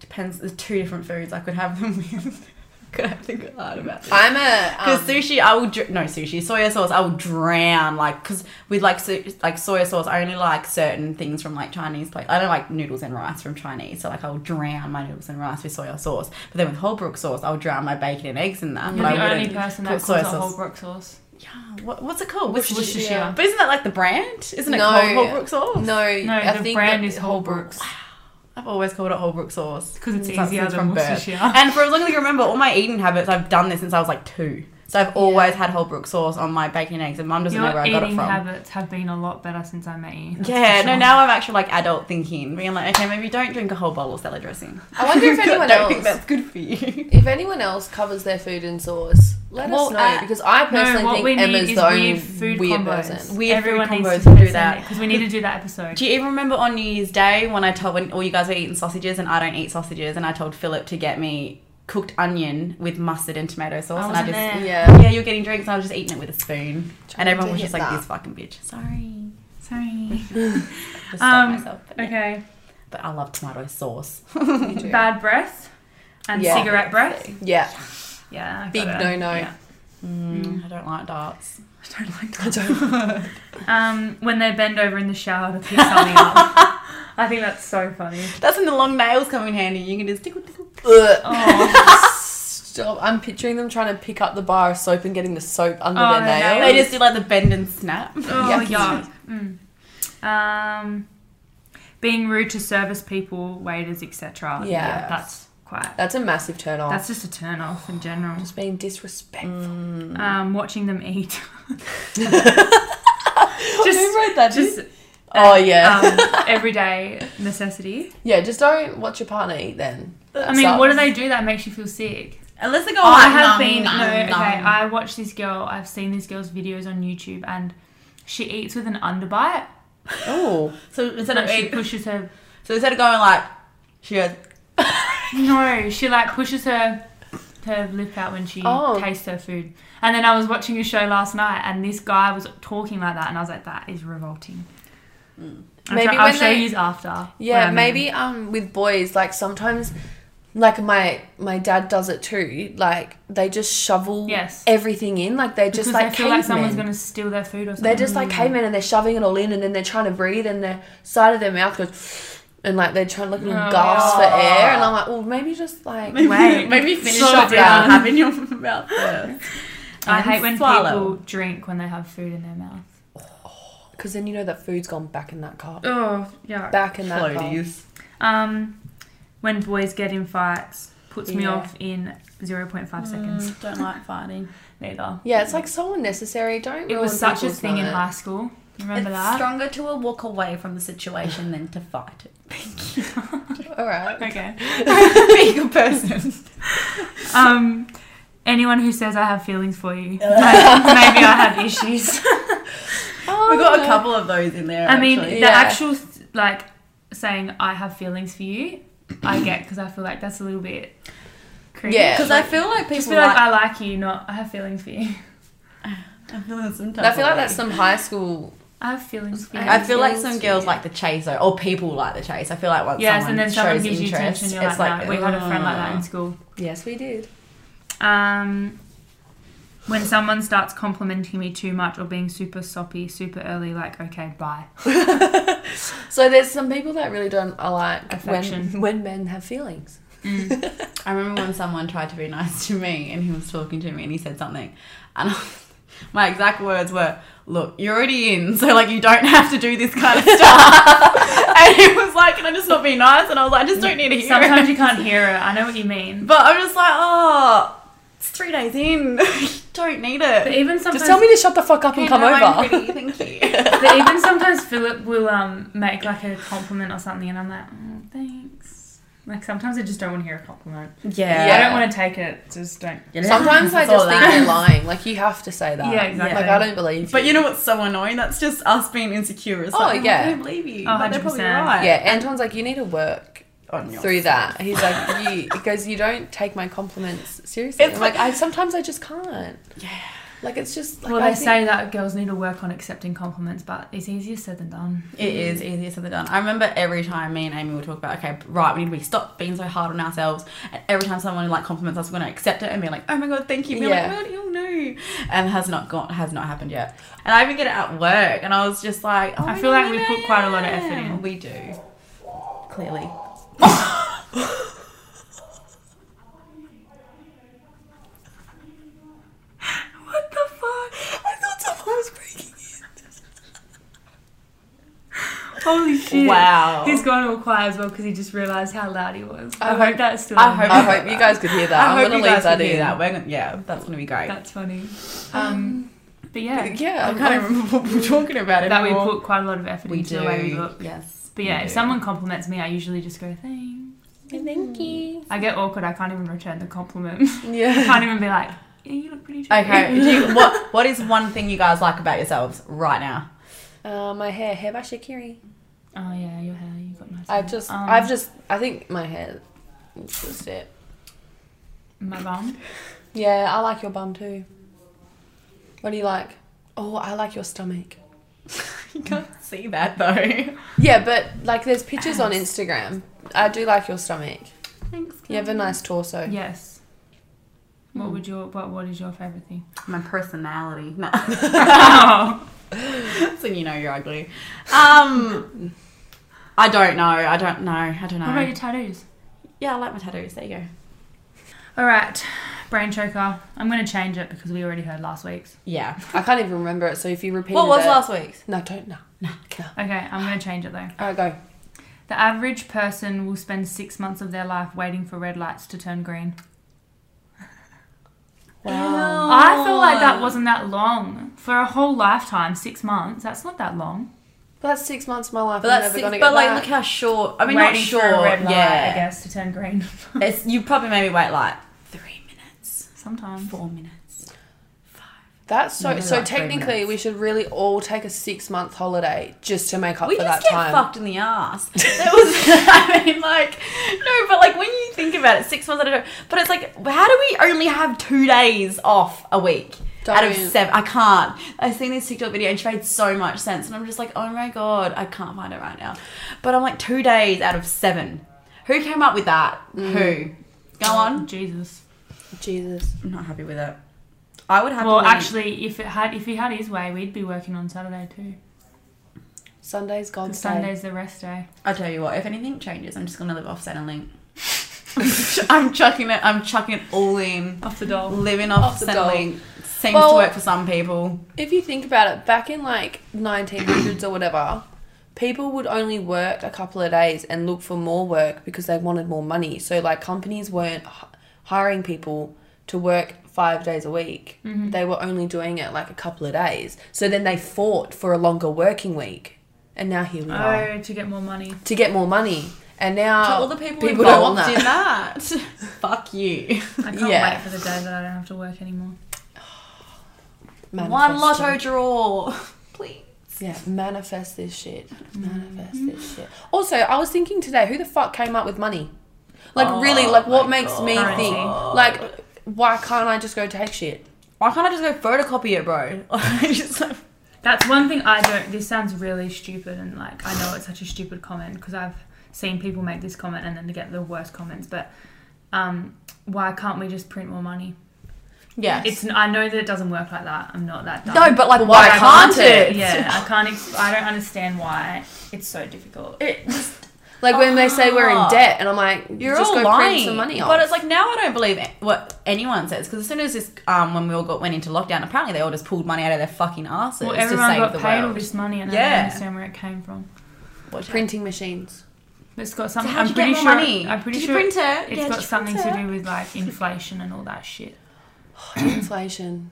[SPEAKER 2] Depends. There's two different foods I could have them with. could have to go hard about this.
[SPEAKER 1] I'm a.
[SPEAKER 2] Because
[SPEAKER 1] Um,
[SPEAKER 2] sushi, I will dr- no sushi soya sauce. I will drown like because with like so- like soya sauce, I only like certain things from like Chinese place. I don't like noodles and rice from Chinese, so like I will drown my noodles and rice with soya sauce. But then with Holbrook sauce, I'll drown my bacon and eggs in that.
[SPEAKER 3] You're
[SPEAKER 2] but
[SPEAKER 3] the
[SPEAKER 2] I
[SPEAKER 3] only
[SPEAKER 2] wouldn't.
[SPEAKER 3] person
[SPEAKER 2] put
[SPEAKER 3] that
[SPEAKER 2] soy
[SPEAKER 3] calls it
[SPEAKER 2] sauce.
[SPEAKER 3] Holbrook sauce.
[SPEAKER 2] Yeah, what, what's it called? What's
[SPEAKER 1] Worcestershire.
[SPEAKER 3] Worcestershire.
[SPEAKER 2] But isn't that like the brand? Isn't it
[SPEAKER 1] No.
[SPEAKER 2] called Holbrook sauce?
[SPEAKER 1] no,
[SPEAKER 3] No,
[SPEAKER 1] I
[SPEAKER 3] the
[SPEAKER 1] think
[SPEAKER 3] brand
[SPEAKER 1] that-
[SPEAKER 3] is Holbrook's
[SPEAKER 2] I've always called it Holbrook sauce.
[SPEAKER 3] because it's
[SPEAKER 2] It's like
[SPEAKER 3] easier
[SPEAKER 2] it's
[SPEAKER 3] than
[SPEAKER 2] from birth.
[SPEAKER 3] Worcestershire.
[SPEAKER 2] And for as long as I can remember, all my eating habits, I've done this since I was like two. So I've always had Holbrook sauce on my bacon and eggs, and mum doesn't
[SPEAKER 3] Your
[SPEAKER 2] know where I
[SPEAKER 3] eating
[SPEAKER 2] got it from.
[SPEAKER 3] habits have been a lot better since I met you. that's
[SPEAKER 2] yeah,
[SPEAKER 3] for
[SPEAKER 2] no,
[SPEAKER 3] sure.
[SPEAKER 2] now I'm actually like adult thinking, being like, okay, maybe don't drink a whole bowl of salad dressing.
[SPEAKER 1] I wonder if
[SPEAKER 2] I
[SPEAKER 1] anyone
[SPEAKER 2] don't think
[SPEAKER 1] else.
[SPEAKER 2] that's good for you.
[SPEAKER 1] If anyone else covers their food in sauce, let
[SPEAKER 2] Well,
[SPEAKER 1] us know
[SPEAKER 2] uh,
[SPEAKER 1] because I personally
[SPEAKER 3] what we
[SPEAKER 1] think
[SPEAKER 3] need
[SPEAKER 1] Emma's
[SPEAKER 3] is
[SPEAKER 1] the only
[SPEAKER 3] weird food
[SPEAKER 1] weird
[SPEAKER 3] combos.
[SPEAKER 1] person.
[SPEAKER 2] Weird
[SPEAKER 3] Everyone
[SPEAKER 2] food
[SPEAKER 3] needs
[SPEAKER 2] combos
[SPEAKER 3] to
[SPEAKER 2] do
[SPEAKER 3] do that
[SPEAKER 2] that.
[SPEAKER 3] because we need to do that episode.
[SPEAKER 2] Do you even remember on New Year's Day when I told when all you guys were eating sausages and I don't eat sausages, and I told Philip to get me cooked onion with mustard and tomato sauce,
[SPEAKER 3] I
[SPEAKER 2] and I
[SPEAKER 3] wasn't
[SPEAKER 2] just
[SPEAKER 3] there.
[SPEAKER 1] Yeah.
[SPEAKER 2] yeah, you're getting drinks, and I was just eating it with a spoon, and
[SPEAKER 1] Trying to
[SPEAKER 2] everyone was
[SPEAKER 1] hit
[SPEAKER 2] just like
[SPEAKER 1] that.
[SPEAKER 2] this fucking bitch. Sorry.
[SPEAKER 3] Sorry.
[SPEAKER 2] Just stop
[SPEAKER 3] Um,
[SPEAKER 2] myself. But, yeah.
[SPEAKER 3] Okay.
[SPEAKER 2] But I love tomato sauce.
[SPEAKER 3] Bad breath and
[SPEAKER 1] Yeah.
[SPEAKER 3] cigarette breath.
[SPEAKER 1] Yeah.
[SPEAKER 3] Yeah. I
[SPEAKER 1] Big
[SPEAKER 3] got it.
[SPEAKER 1] no-no.
[SPEAKER 3] Yeah.
[SPEAKER 2] Mm, I don't like darts.
[SPEAKER 3] I don't like that. um, when they bend over in the shower to pick something up. I think that's so funny.
[SPEAKER 2] That's when the long nails come in handy. You can just tickle, tickle.
[SPEAKER 1] Ugh.
[SPEAKER 3] Oh,
[SPEAKER 1] Stop. I'm picturing them trying to pick up the bar of soap and getting the soap under
[SPEAKER 3] Oh,
[SPEAKER 1] their
[SPEAKER 3] no,
[SPEAKER 1] nail.
[SPEAKER 3] no.
[SPEAKER 2] They just do like the bend and snap.
[SPEAKER 3] oh
[SPEAKER 1] Yucky.
[SPEAKER 3] yeah. Um, being rude to service people, waiters, etc.
[SPEAKER 1] Yeah.
[SPEAKER 3] that's quite.
[SPEAKER 1] That's a massive turn off.
[SPEAKER 3] That's just a turn off in general.
[SPEAKER 1] just being disrespectful.
[SPEAKER 3] Um, watching them eat.
[SPEAKER 2] Who
[SPEAKER 3] just,
[SPEAKER 2] wrote that?
[SPEAKER 3] just. uh,
[SPEAKER 1] Oh, yeah.
[SPEAKER 3] um, everyday necessity.
[SPEAKER 1] Yeah, just don't watch your partner eat then.
[SPEAKER 3] I mean, what do they do that makes you feel sick?
[SPEAKER 2] Unless they go.
[SPEAKER 3] Oh,
[SPEAKER 2] like,
[SPEAKER 3] I have
[SPEAKER 2] nom,
[SPEAKER 3] been.
[SPEAKER 2] nom,
[SPEAKER 3] no, okay.
[SPEAKER 2] nom.
[SPEAKER 3] I watched this girl. I've seen this girl's videos on YouTube, and she eats with an underbite.
[SPEAKER 1] Oh,
[SPEAKER 2] So instead
[SPEAKER 3] Like
[SPEAKER 2] of
[SPEAKER 3] she
[SPEAKER 2] eat,
[SPEAKER 3] pushes her.
[SPEAKER 2] so instead of going like, she goes.
[SPEAKER 3] No, she like pushes her her lip out when she
[SPEAKER 1] Oh.
[SPEAKER 3] tastes her food. And then I was watching a show last night, and this guy was talking like that, and I was like, that is revolting. I'll
[SPEAKER 1] Mm. Maybe
[SPEAKER 3] try- I'll
[SPEAKER 1] when
[SPEAKER 3] show
[SPEAKER 1] they-
[SPEAKER 3] you after. when
[SPEAKER 1] yeah.
[SPEAKER 3] I'm in-
[SPEAKER 1] Maybe um with boys, like sometimes, like my my dad does it too. Like they just shovel
[SPEAKER 3] Yes.
[SPEAKER 1] everything in. Like they're just
[SPEAKER 3] Because
[SPEAKER 1] like
[SPEAKER 3] they feel like someone's
[SPEAKER 1] cavemen.
[SPEAKER 3] gonna steal their food or something.
[SPEAKER 1] They're just like
[SPEAKER 2] Mm.
[SPEAKER 1] cavemen and they're shoving it all in and then they're trying to breathe and the side of their mouth goes and like they're trying to look and
[SPEAKER 3] Oh,
[SPEAKER 1] gasp for
[SPEAKER 2] yeah.
[SPEAKER 1] air and I'm like, oh, maybe just like
[SPEAKER 3] Wait.
[SPEAKER 2] maybe finish
[SPEAKER 3] Slow
[SPEAKER 2] off without
[SPEAKER 3] down.
[SPEAKER 2] having your mouth first.
[SPEAKER 3] I
[SPEAKER 2] and
[SPEAKER 3] hate when
[SPEAKER 2] swallow.
[SPEAKER 3] people drink when they have food in their mouth.
[SPEAKER 1] because then you know that food's gone back in that cup,
[SPEAKER 3] Oh yeah.
[SPEAKER 1] back in that cup.
[SPEAKER 2] Floaties.
[SPEAKER 3] Um, when boys get in fights, puts me
[SPEAKER 1] Yeah.
[SPEAKER 3] off in 0.5 seconds.
[SPEAKER 2] Mm, don't like fighting.
[SPEAKER 3] Neither.
[SPEAKER 1] Yeah, it's like so unnecessary. Don't.
[SPEAKER 3] It
[SPEAKER 1] ruin
[SPEAKER 3] was such a
[SPEAKER 1] Oh, people's
[SPEAKER 3] thing in
[SPEAKER 1] night.
[SPEAKER 3] high school. Remember
[SPEAKER 2] it's
[SPEAKER 3] that?
[SPEAKER 2] stronger to walk away from the situation than to fight it.
[SPEAKER 1] All right.
[SPEAKER 3] Okay.
[SPEAKER 2] Being a person.
[SPEAKER 3] Um, anyone who says I have feelings for you, like, maybe I have issues.
[SPEAKER 1] Oh,
[SPEAKER 2] We got a
[SPEAKER 1] no.
[SPEAKER 2] couple of those in there.
[SPEAKER 3] I mean,
[SPEAKER 2] actually.
[SPEAKER 3] the
[SPEAKER 1] Yeah.
[SPEAKER 3] actual th- like saying I have feelings for you, I get because I feel like that's a little bit. Creepy.
[SPEAKER 1] Yeah.
[SPEAKER 2] because I feel like
[SPEAKER 3] Just
[SPEAKER 2] people
[SPEAKER 3] be
[SPEAKER 2] like.
[SPEAKER 3] like, I like you, not I have feelings for you.
[SPEAKER 2] I feel like sometimes.
[SPEAKER 1] I feel like that's some high school.
[SPEAKER 3] I have feelings for you.
[SPEAKER 2] I feel like
[SPEAKER 1] Feelings
[SPEAKER 2] some
[SPEAKER 1] for
[SPEAKER 2] girls
[SPEAKER 1] you.
[SPEAKER 2] like the chase though, or people like the chase. I feel like once
[SPEAKER 3] yes,
[SPEAKER 2] someone,
[SPEAKER 3] and then someone
[SPEAKER 2] shows
[SPEAKER 3] gives you
[SPEAKER 2] interest,
[SPEAKER 3] attention. You're
[SPEAKER 2] it's
[SPEAKER 3] like,
[SPEAKER 2] like,
[SPEAKER 3] no, we had a friend like that in
[SPEAKER 2] "Ugh."
[SPEAKER 3] school.
[SPEAKER 1] Yes, we did.
[SPEAKER 3] Um, when someone starts complimenting me too much or being super soppy, super early, like okay, bye.
[SPEAKER 1] So there's some people that really don't I like
[SPEAKER 3] Affection.
[SPEAKER 1] when when men have feelings.
[SPEAKER 2] I remember when someone tried to be nice to me and he was talking to me and he said something. And I- my exact words were, Look, you're already in, so like you don't have to do this kind of stuff. and he was like, Can I just not be nice? And I was like, I just don't need to hear it.
[SPEAKER 3] Sometimes you can't hear it. I know what you mean.
[SPEAKER 2] But I'm just like, Oh, it's three days in. you don't need
[SPEAKER 3] But
[SPEAKER 2] it.
[SPEAKER 3] even sometimes,
[SPEAKER 1] Just tell me to shut the fuck up and
[SPEAKER 2] Okay,
[SPEAKER 1] come
[SPEAKER 2] no, I'm
[SPEAKER 1] over.
[SPEAKER 2] pretty, thank you.
[SPEAKER 3] but even sometimes Philip will um make like a compliment or something, and I'm like, oh, thanks. Like sometimes I just don't want to hear a compliment.
[SPEAKER 2] Yeah.
[SPEAKER 3] I don't want to take it. Just don't.
[SPEAKER 1] Sometimes I
[SPEAKER 2] It's all
[SPEAKER 1] just think
[SPEAKER 2] that.
[SPEAKER 1] they're lying. Like you have to say that.
[SPEAKER 3] Yeah, exactly.
[SPEAKER 1] Like I don't believe.
[SPEAKER 2] But you know what's so annoying? That's just us being insecure. It's
[SPEAKER 1] Oh,
[SPEAKER 2] like,
[SPEAKER 1] yeah.
[SPEAKER 2] I don't believe you.
[SPEAKER 3] Oh,
[SPEAKER 2] but they're probably
[SPEAKER 3] 100%.
[SPEAKER 2] right.
[SPEAKER 1] Yeah, Anton's like you need to work
[SPEAKER 2] On your
[SPEAKER 1] through that. He's like you because you don't take my compliments seriously.
[SPEAKER 2] It's
[SPEAKER 1] I'm like I sometimes I just can't. Yeah. Like it's just. Like,
[SPEAKER 3] well,
[SPEAKER 1] I
[SPEAKER 3] they
[SPEAKER 1] think-
[SPEAKER 3] say that girls need to work on accepting compliments, but it's easier said than done.
[SPEAKER 2] It is easier said than done. I remember every time me and Amy would talk about, okay, right, we need to be stop being so hard on ourselves. And every time someone like compliments us, we're gonna accept it and be like, oh my god, thank you. And We're
[SPEAKER 1] Yeah.
[SPEAKER 2] like, well, you know, and has not gone, has not happened yet. And I even get it at work, and I was just like, oh
[SPEAKER 3] I
[SPEAKER 2] my
[SPEAKER 3] feel
[SPEAKER 2] God,
[SPEAKER 3] like we
[SPEAKER 2] yeah,
[SPEAKER 3] put quite a lot of
[SPEAKER 2] yeah.
[SPEAKER 3] effort in.
[SPEAKER 2] We do, clearly.
[SPEAKER 3] What the fuck?
[SPEAKER 1] I thought someone was breaking.
[SPEAKER 3] Holy shit!
[SPEAKER 2] Wow.
[SPEAKER 3] He's gone all quiet as well because he just realised how loud he was. I,
[SPEAKER 1] I
[SPEAKER 3] hope
[SPEAKER 1] hope-
[SPEAKER 3] that's still.
[SPEAKER 2] I
[SPEAKER 3] on.
[SPEAKER 2] hope-
[SPEAKER 1] I hope you guys could hear that.
[SPEAKER 2] I
[SPEAKER 1] I'm
[SPEAKER 2] hope
[SPEAKER 1] gonna
[SPEAKER 2] you
[SPEAKER 1] leave
[SPEAKER 2] guys
[SPEAKER 1] that
[SPEAKER 2] can hear
[SPEAKER 1] in.
[SPEAKER 2] that. We're gonna, yeah, that's gonna be great.
[SPEAKER 3] That's funny. Um, but yeah,
[SPEAKER 1] Yeah,
[SPEAKER 2] I can't remember Um, what we're talking about
[SPEAKER 3] that we
[SPEAKER 2] anymore.
[SPEAKER 3] put quite a lot of effort
[SPEAKER 2] we
[SPEAKER 3] into
[SPEAKER 2] do.
[SPEAKER 3] the way we look.
[SPEAKER 2] Yes.
[SPEAKER 3] But yeah,
[SPEAKER 2] we
[SPEAKER 3] if
[SPEAKER 2] do.
[SPEAKER 3] someone compliments me, I usually just go thanks.
[SPEAKER 1] Thank you.
[SPEAKER 3] I get awkward. I can't even return the compliment. I
[SPEAKER 1] Yeah.
[SPEAKER 3] can't even be like, yeah, you look pretty. Chill.
[SPEAKER 2] Okay, do you, what what is one thing you guys like about yourselves right now?
[SPEAKER 1] Uh, my hair, hair by Shakiri.
[SPEAKER 3] Oh yeah, your hair. You got nice.
[SPEAKER 1] I've
[SPEAKER 3] hair.
[SPEAKER 1] just,
[SPEAKER 3] Um,
[SPEAKER 1] I've just, I think my hair. It's just it.
[SPEAKER 3] my bum.
[SPEAKER 1] Yeah, I like your bum too. What do you like? Oh, I like your stomach.
[SPEAKER 2] you can't see that though.
[SPEAKER 1] Yeah, but like there's pictures on Instagram. I do like your stomach.
[SPEAKER 2] Thanks.
[SPEAKER 1] You have a nice torso.
[SPEAKER 3] Yes.
[SPEAKER 1] Hmm.
[SPEAKER 3] What would your what What is your favorite thing?
[SPEAKER 2] My personality. No.
[SPEAKER 3] oh,
[SPEAKER 2] so you know you're ugly. Um, I don't know. I don't know. I don't
[SPEAKER 3] what about your
[SPEAKER 2] know.
[SPEAKER 3] tattoos?
[SPEAKER 2] Yeah, I like my tattoos. There you go.
[SPEAKER 3] All right, brain choker. I'm gonna change it because we already heard last week's.
[SPEAKER 2] Yeah.
[SPEAKER 1] I can't even remember it. So if you repeat,
[SPEAKER 2] What was
[SPEAKER 1] it,
[SPEAKER 2] last week's?
[SPEAKER 1] No, don't. No. No. no.
[SPEAKER 3] Okay, I'm gonna change it though.
[SPEAKER 1] All right, go.
[SPEAKER 3] The average person will spend six months of their life waiting for red lights to turn green.
[SPEAKER 1] Wow.
[SPEAKER 3] I feel like that wasn't that long for a whole lifetime. Six months. That's not that long.
[SPEAKER 1] That's six months of my life.
[SPEAKER 2] But
[SPEAKER 1] I'm
[SPEAKER 2] that's
[SPEAKER 1] never
[SPEAKER 2] six,
[SPEAKER 1] gonna
[SPEAKER 2] but
[SPEAKER 1] get
[SPEAKER 2] like,
[SPEAKER 1] back.
[SPEAKER 2] look how short. I mean,
[SPEAKER 3] Waiting
[SPEAKER 2] not short.
[SPEAKER 3] for a red light, I
[SPEAKER 2] yeah.
[SPEAKER 3] guess to turn green.
[SPEAKER 2] It's you probably maybe wait like three minutes,
[SPEAKER 3] Sometimes.
[SPEAKER 2] four minutes, five.
[SPEAKER 1] That's so.
[SPEAKER 2] Maybe
[SPEAKER 1] so
[SPEAKER 2] like three
[SPEAKER 1] technically,
[SPEAKER 2] minutes.
[SPEAKER 1] we should really all take a six month holiday just to make up
[SPEAKER 2] We
[SPEAKER 1] for
[SPEAKER 2] just
[SPEAKER 1] that
[SPEAKER 2] get
[SPEAKER 1] time.
[SPEAKER 2] fucked in the ass. That was, I mean, like, no, but like when you think about it, six months. I don't. But it's like, how do we only have two days off a week? Out of
[SPEAKER 1] Don't.
[SPEAKER 2] seven, I can't. I've seen this TikTok video and she made so much sense, and I'm just like, oh my god, I can't find it right now. But I'm like, two days out of seven. Who came up with that? Who? Go on.
[SPEAKER 3] Jesus.
[SPEAKER 1] Jesus.
[SPEAKER 2] Mm. I'm not happy with it. I would have.
[SPEAKER 3] Well,
[SPEAKER 2] to leave.
[SPEAKER 3] actually, if it had if he had his way, we'd be working on Saturday too.
[SPEAKER 1] Sunday's
[SPEAKER 3] And
[SPEAKER 1] God's day.
[SPEAKER 3] Sunday's the rest day.
[SPEAKER 2] I tell you what, if anything changes, I'm just gonna live off Centrelink. I'm chucking it. I'm chucking it all in.
[SPEAKER 3] Off the doll.
[SPEAKER 2] Living off,
[SPEAKER 1] Off the dole.
[SPEAKER 2] Centrelink seems
[SPEAKER 1] Well-
[SPEAKER 2] to work for some people.
[SPEAKER 1] If you think about it, back in like 1900s or whatever, people would only work a couple of days and look for more work because they wanted more money. So like companies weren't h- hiring people to work five days a week.
[SPEAKER 2] Mm-hmm.
[SPEAKER 1] They were only doing it like a couple of days. So then they fought for a longer working week, and now here we are
[SPEAKER 3] Oh, to get more money.
[SPEAKER 1] to get more money. And now
[SPEAKER 2] to all the people,
[SPEAKER 1] don't
[SPEAKER 2] involved
[SPEAKER 1] want that.
[SPEAKER 2] in that, fuck you.
[SPEAKER 3] I can't
[SPEAKER 1] Yeah.
[SPEAKER 3] wait for the day that I don't have to work anymore.
[SPEAKER 2] One
[SPEAKER 1] Manifest
[SPEAKER 2] lotto
[SPEAKER 1] it.
[SPEAKER 2] draw, please.
[SPEAKER 1] Yeah, manifest this shit. Manifest this shit. Also, I was thinking today, who the fuck came up with money? Like,
[SPEAKER 2] Oh
[SPEAKER 1] really, like, what
[SPEAKER 2] my
[SPEAKER 1] makes me
[SPEAKER 2] God.
[SPEAKER 1] think? Like, why can't I just go take shit?
[SPEAKER 2] Why can't I just go photocopy it, bro? Just like-
[SPEAKER 3] That's one thing I don't. This sounds really stupid, and like I know it's such a stupid comment because I've seen people make this comment and then they get the worst comments. But um, why can't we just print more money?
[SPEAKER 2] yes.
[SPEAKER 3] It's. I know that it doesn't work like that. I'm not that dumb.
[SPEAKER 2] no, but like, why, can't, it?
[SPEAKER 3] Yeah, I can't. Ex- I don't understand why it's so difficult.
[SPEAKER 2] It just
[SPEAKER 1] Like, when they say we're in
[SPEAKER 2] Ah.
[SPEAKER 1] debt, and I'm like,
[SPEAKER 2] You're
[SPEAKER 1] just
[SPEAKER 2] all
[SPEAKER 1] go
[SPEAKER 2] lying.
[SPEAKER 1] print some money off.
[SPEAKER 2] But it's like now I don't believe what anyone says because as soon as this, um, when we all got went into lockdown, apparently they all just pulled money out of their fucking asses
[SPEAKER 3] Well,
[SPEAKER 2] to
[SPEAKER 3] everyone
[SPEAKER 2] save
[SPEAKER 3] got
[SPEAKER 2] the
[SPEAKER 3] paid all
[SPEAKER 2] world.
[SPEAKER 3] this money, and I
[SPEAKER 2] Yeah.
[SPEAKER 3] don't understand where it came from.
[SPEAKER 2] Watch out.
[SPEAKER 1] printing machines.
[SPEAKER 3] It's got
[SPEAKER 2] So
[SPEAKER 3] something.
[SPEAKER 2] how'd
[SPEAKER 3] I'm
[SPEAKER 2] you get
[SPEAKER 3] pretty
[SPEAKER 2] more
[SPEAKER 3] sure.
[SPEAKER 2] money?
[SPEAKER 3] I'm pretty
[SPEAKER 2] did
[SPEAKER 3] sure
[SPEAKER 2] you print it?
[SPEAKER 3] it's
[SPEAKER 2] Yeah,
[SPEAKER 3] got
[SPEAKER 2] did you
[SPEAKER 3] something
[SPEAKER 2] print
[SPEAKER 3] to
[SPEAKER 2] it?
[SPEAKER 3] do with like inflation and all that shit.
[SPEAKER 1] Inflation.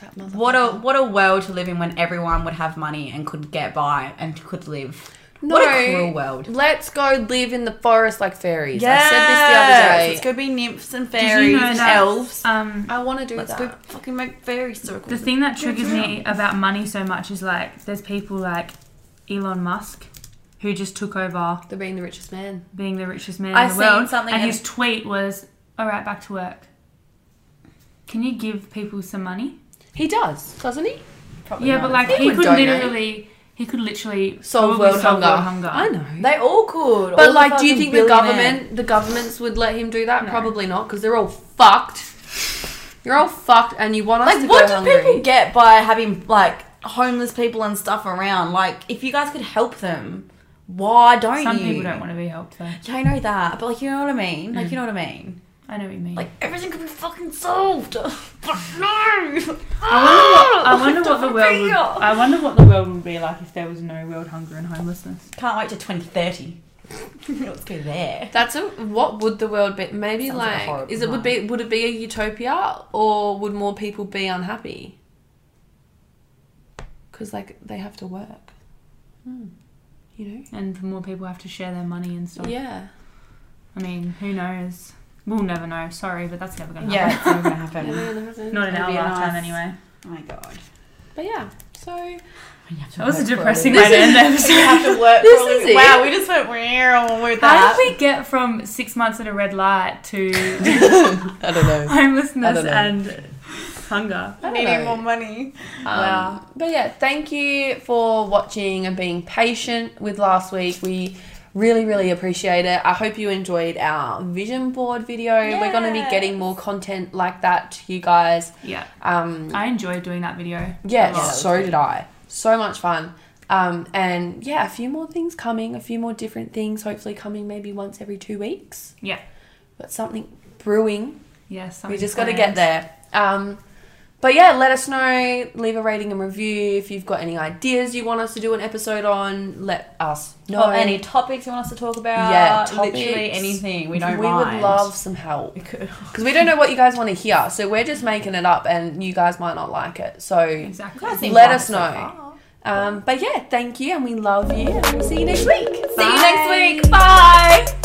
[SPEAKER 1] That motherfucker.
[SPEAKER 2] What a what a world to live in when everyone would have money and could get by and could live.
[SPEAKER 1] No.
[SPEAKER 2] What a cruel world.
[SPEAKER 1] Let's go live in the forest like fairies. I said this
[SPEAKER 2] Yes,
[SPEAKER 1] the other day.
[SPEAKER 2] Let's go be nymphs and
[SPEAKER 3] Did you
[SPEAKER 2] fairies
[SPEAKER 3] know
[SPEAKER 2] and
[SPEAKER 3] that,
[SPEAKER 2] elves.
[SPEAKER 3] Um,
[SPEAKER 1] I want to do
[SPEAKER 2] Let's
[SPEAKER 1] that.
[SPEAKER 2] go fucking make fairy circles.
[SPEAKER 3] The thing that triggers me about money so much is like there's people like Elon Musk who just took over
[SPEAKER 1] The being the richest man.
[SPEAKER 3] being the richest man
[SPEAKER 2] I
[SPEAKER 3] in the
[SPEAKER 2] seen
[SPEAKER 3] world.
[SPEAKER 2] something
[SPEAKER 3] and
[SPEAKER 2] and-
[SPEAKER 3] his tweet was, "All right, back to work. Can you give people some money?"
[SPEAKER 1] He does, doesn't he?
[SPEAKER 2] Probably
[SPEAKER 3] yeah,
[SPEAKER 2] not.
[SPEAKER 3] but like he,
[SPEAKER 1] He would
[SPEAKER 3] could
[SPEAKER 1] donate.
[SPEAKER 3] literally, he could literally
[SPEAKER 1] Solve
[SPEAKER 3] probably
[SPEAKER 1] world, hunger. I know.
[SPEAKER 2] they all could. all
[SPEAKER 1] But
[SPEAKER 2] the
[SPEAKER 1] like, do you
[SPEAKER 2] fucking
[SPEAKER 1] think the
[SPEAKER 2] billionaires.
[SPEAKER 1] government, the governments would let him do that?
[SPEAKER 3] No.
[SPEAKER 1] Probably not, because they're all fucked. You're all fucked, and you want us to
[SPEAKER 2] Like, what
[SPEAKER 1] go
[SPEAKER 2] do
[SPEAKER 1] hungry.
[SPEAKER 2] people get by having like homeless people and stuff around? Like, if you guys could help them, why don't
[SPEAKER 3] Some
[SPEAKER 2] you?
[SPEAKER 3] people don't want to be helped though.
[SPEAKER 2] Yeah, I know that, but like, you know what I mean? Like, you know what I mean?
[SPEAKER 3] I know what you mean.
[SPEAKER 2] Like, everything could be fucking solved. But no.
[SPEAKER 3] I wonder what the world. Would, I wonder what the world would be like if there was no world hunger and homelessness.
[SPEAKER 2] Can't wait to 2030. Let's go there.
[SPEAKER 1] That's a what would the world be? Maybe
[SPEAKER 2] Sounds like a
[SPEAKER 1] like,
[SPEAKER 2] horrible
[SPEAKER 1] is it would be would it be a utopia or would more people be unhappy? Because like they have to work,
[SPEAKER 2] Hmm.
[SPEAKER 1] you know.
[SPEAKER 3] And more people have to share their money and stuff.
[SPEAKER 1] Yeah,
[SPEAKER 3] I mean, who knows? We'll never know. Sorry, but that's never going to
[SPEAKER 2] Yeah,
[SPEAKER 3] happen.
[SPEAKER 2] it's never gonna happen.
[SPEAKER 3] Not in
[SPEAKER 2] That'd
[SPEAKER 3] our
[SPEAKER 2] be
[SPEAKER 3] lifetime,
[SPEAKER 2] nice.
[SPEAKER 3] anyway.
[SPEAKER 2] Oh my god.
[SPEAKER 1] But yeah, so
[SPEAKER 2] When you have to
[SPEAKER 3] That was a
[SPEAKER 2] work for
[SPEAKER 3] depressing
[SPEAKER 2] living.
[SPEAKER 3] way to end the
[SPEAKER 2] You
[SPEAKER 3] episode.
[SPEAKER 2] have to work
[SPEAKER 1] This
[SPEAKER 2] for a
[SPEAKER 1] is
[SPEAKER 2] living.
[SPEAKER 1] it.
[SPEAKER 2] Wow, we just went real with that.
[SPEAKER 3] How did we get from six months at a red light to
[SPEAKER 1] I don't know.
[SPEAKER 3] homelessness
[SPEAKER 1] know.
[SPEAKER 3] and Hunger.
[SPEAKER 1] I don't
[SPEAKER 2] Needing
[SPEAKER 1] know.
[SPEAKER 2] more money.
[SPEAKER 1] Um,
[SPEAKER 3] Wow.
[SPEAKER 1] But yeah, thank you for watching and being patient with last week. We really, really appreciate it. I hope you enjoyed our vision board video. We're going to be
[SPEAKER 2] Yes.
[SPEAKER 1] getting more content like that to you guys.
[SPEAKER 3] Yeah.
[SPEAKER 1] Um,
[SPEAKER 3] I enjoyed doing that video. a
[SPEAKER 1] yeah,
[SPEAKER 3] lot.
[SPEAKER 1] so did I. So much fun. Um, and yeah, a few more things coming, a few more different things, hopefully coming maybe once every two weeks.
[SPEAKER 3] Yeah.
[SPEAKER 1] But something brewing.
[SPEAKER 3] Yes.
[SPEAKER 1] We just got to get there. Um, but yeah, let us know. Leave a rating and review. If you've got any ideas you want us to do an episode on, let us know.
[SPEAKER 2] Or any topics you want us to talk about.
[SPEAKER 1] Yeah,
[SPEAKER 2] Literally
[SPEAKER 1] topics.
[SPEAKER 2] anything. We don't
[SPEAKER 1] we
[SPEAKER 2] mind.
[SPEAKER 1] would love some help
[SPEAKER 2] We could.
[SPEAKER 1] because we don't know what you guys want to hear, so we're just making it up, and you guys might not like it. So,
[SPEAKER 3] Exactly.
[SPEAKER 2] Guys seem
[SPEAKER 1] Let
[SPEAKER 2] fine
[SPEAKER 1] us
[SPEAKER 2] so
[SPEAKER 1] know.
[SPEAKER 2] far.
[SPEAKER 1] um, but yeah, thank you, and we love you, and we'll see you next week.
[SPEAKER 2] See you next
[SPEAKER 3] Bye.
[SPEAKER 2] week. Bye.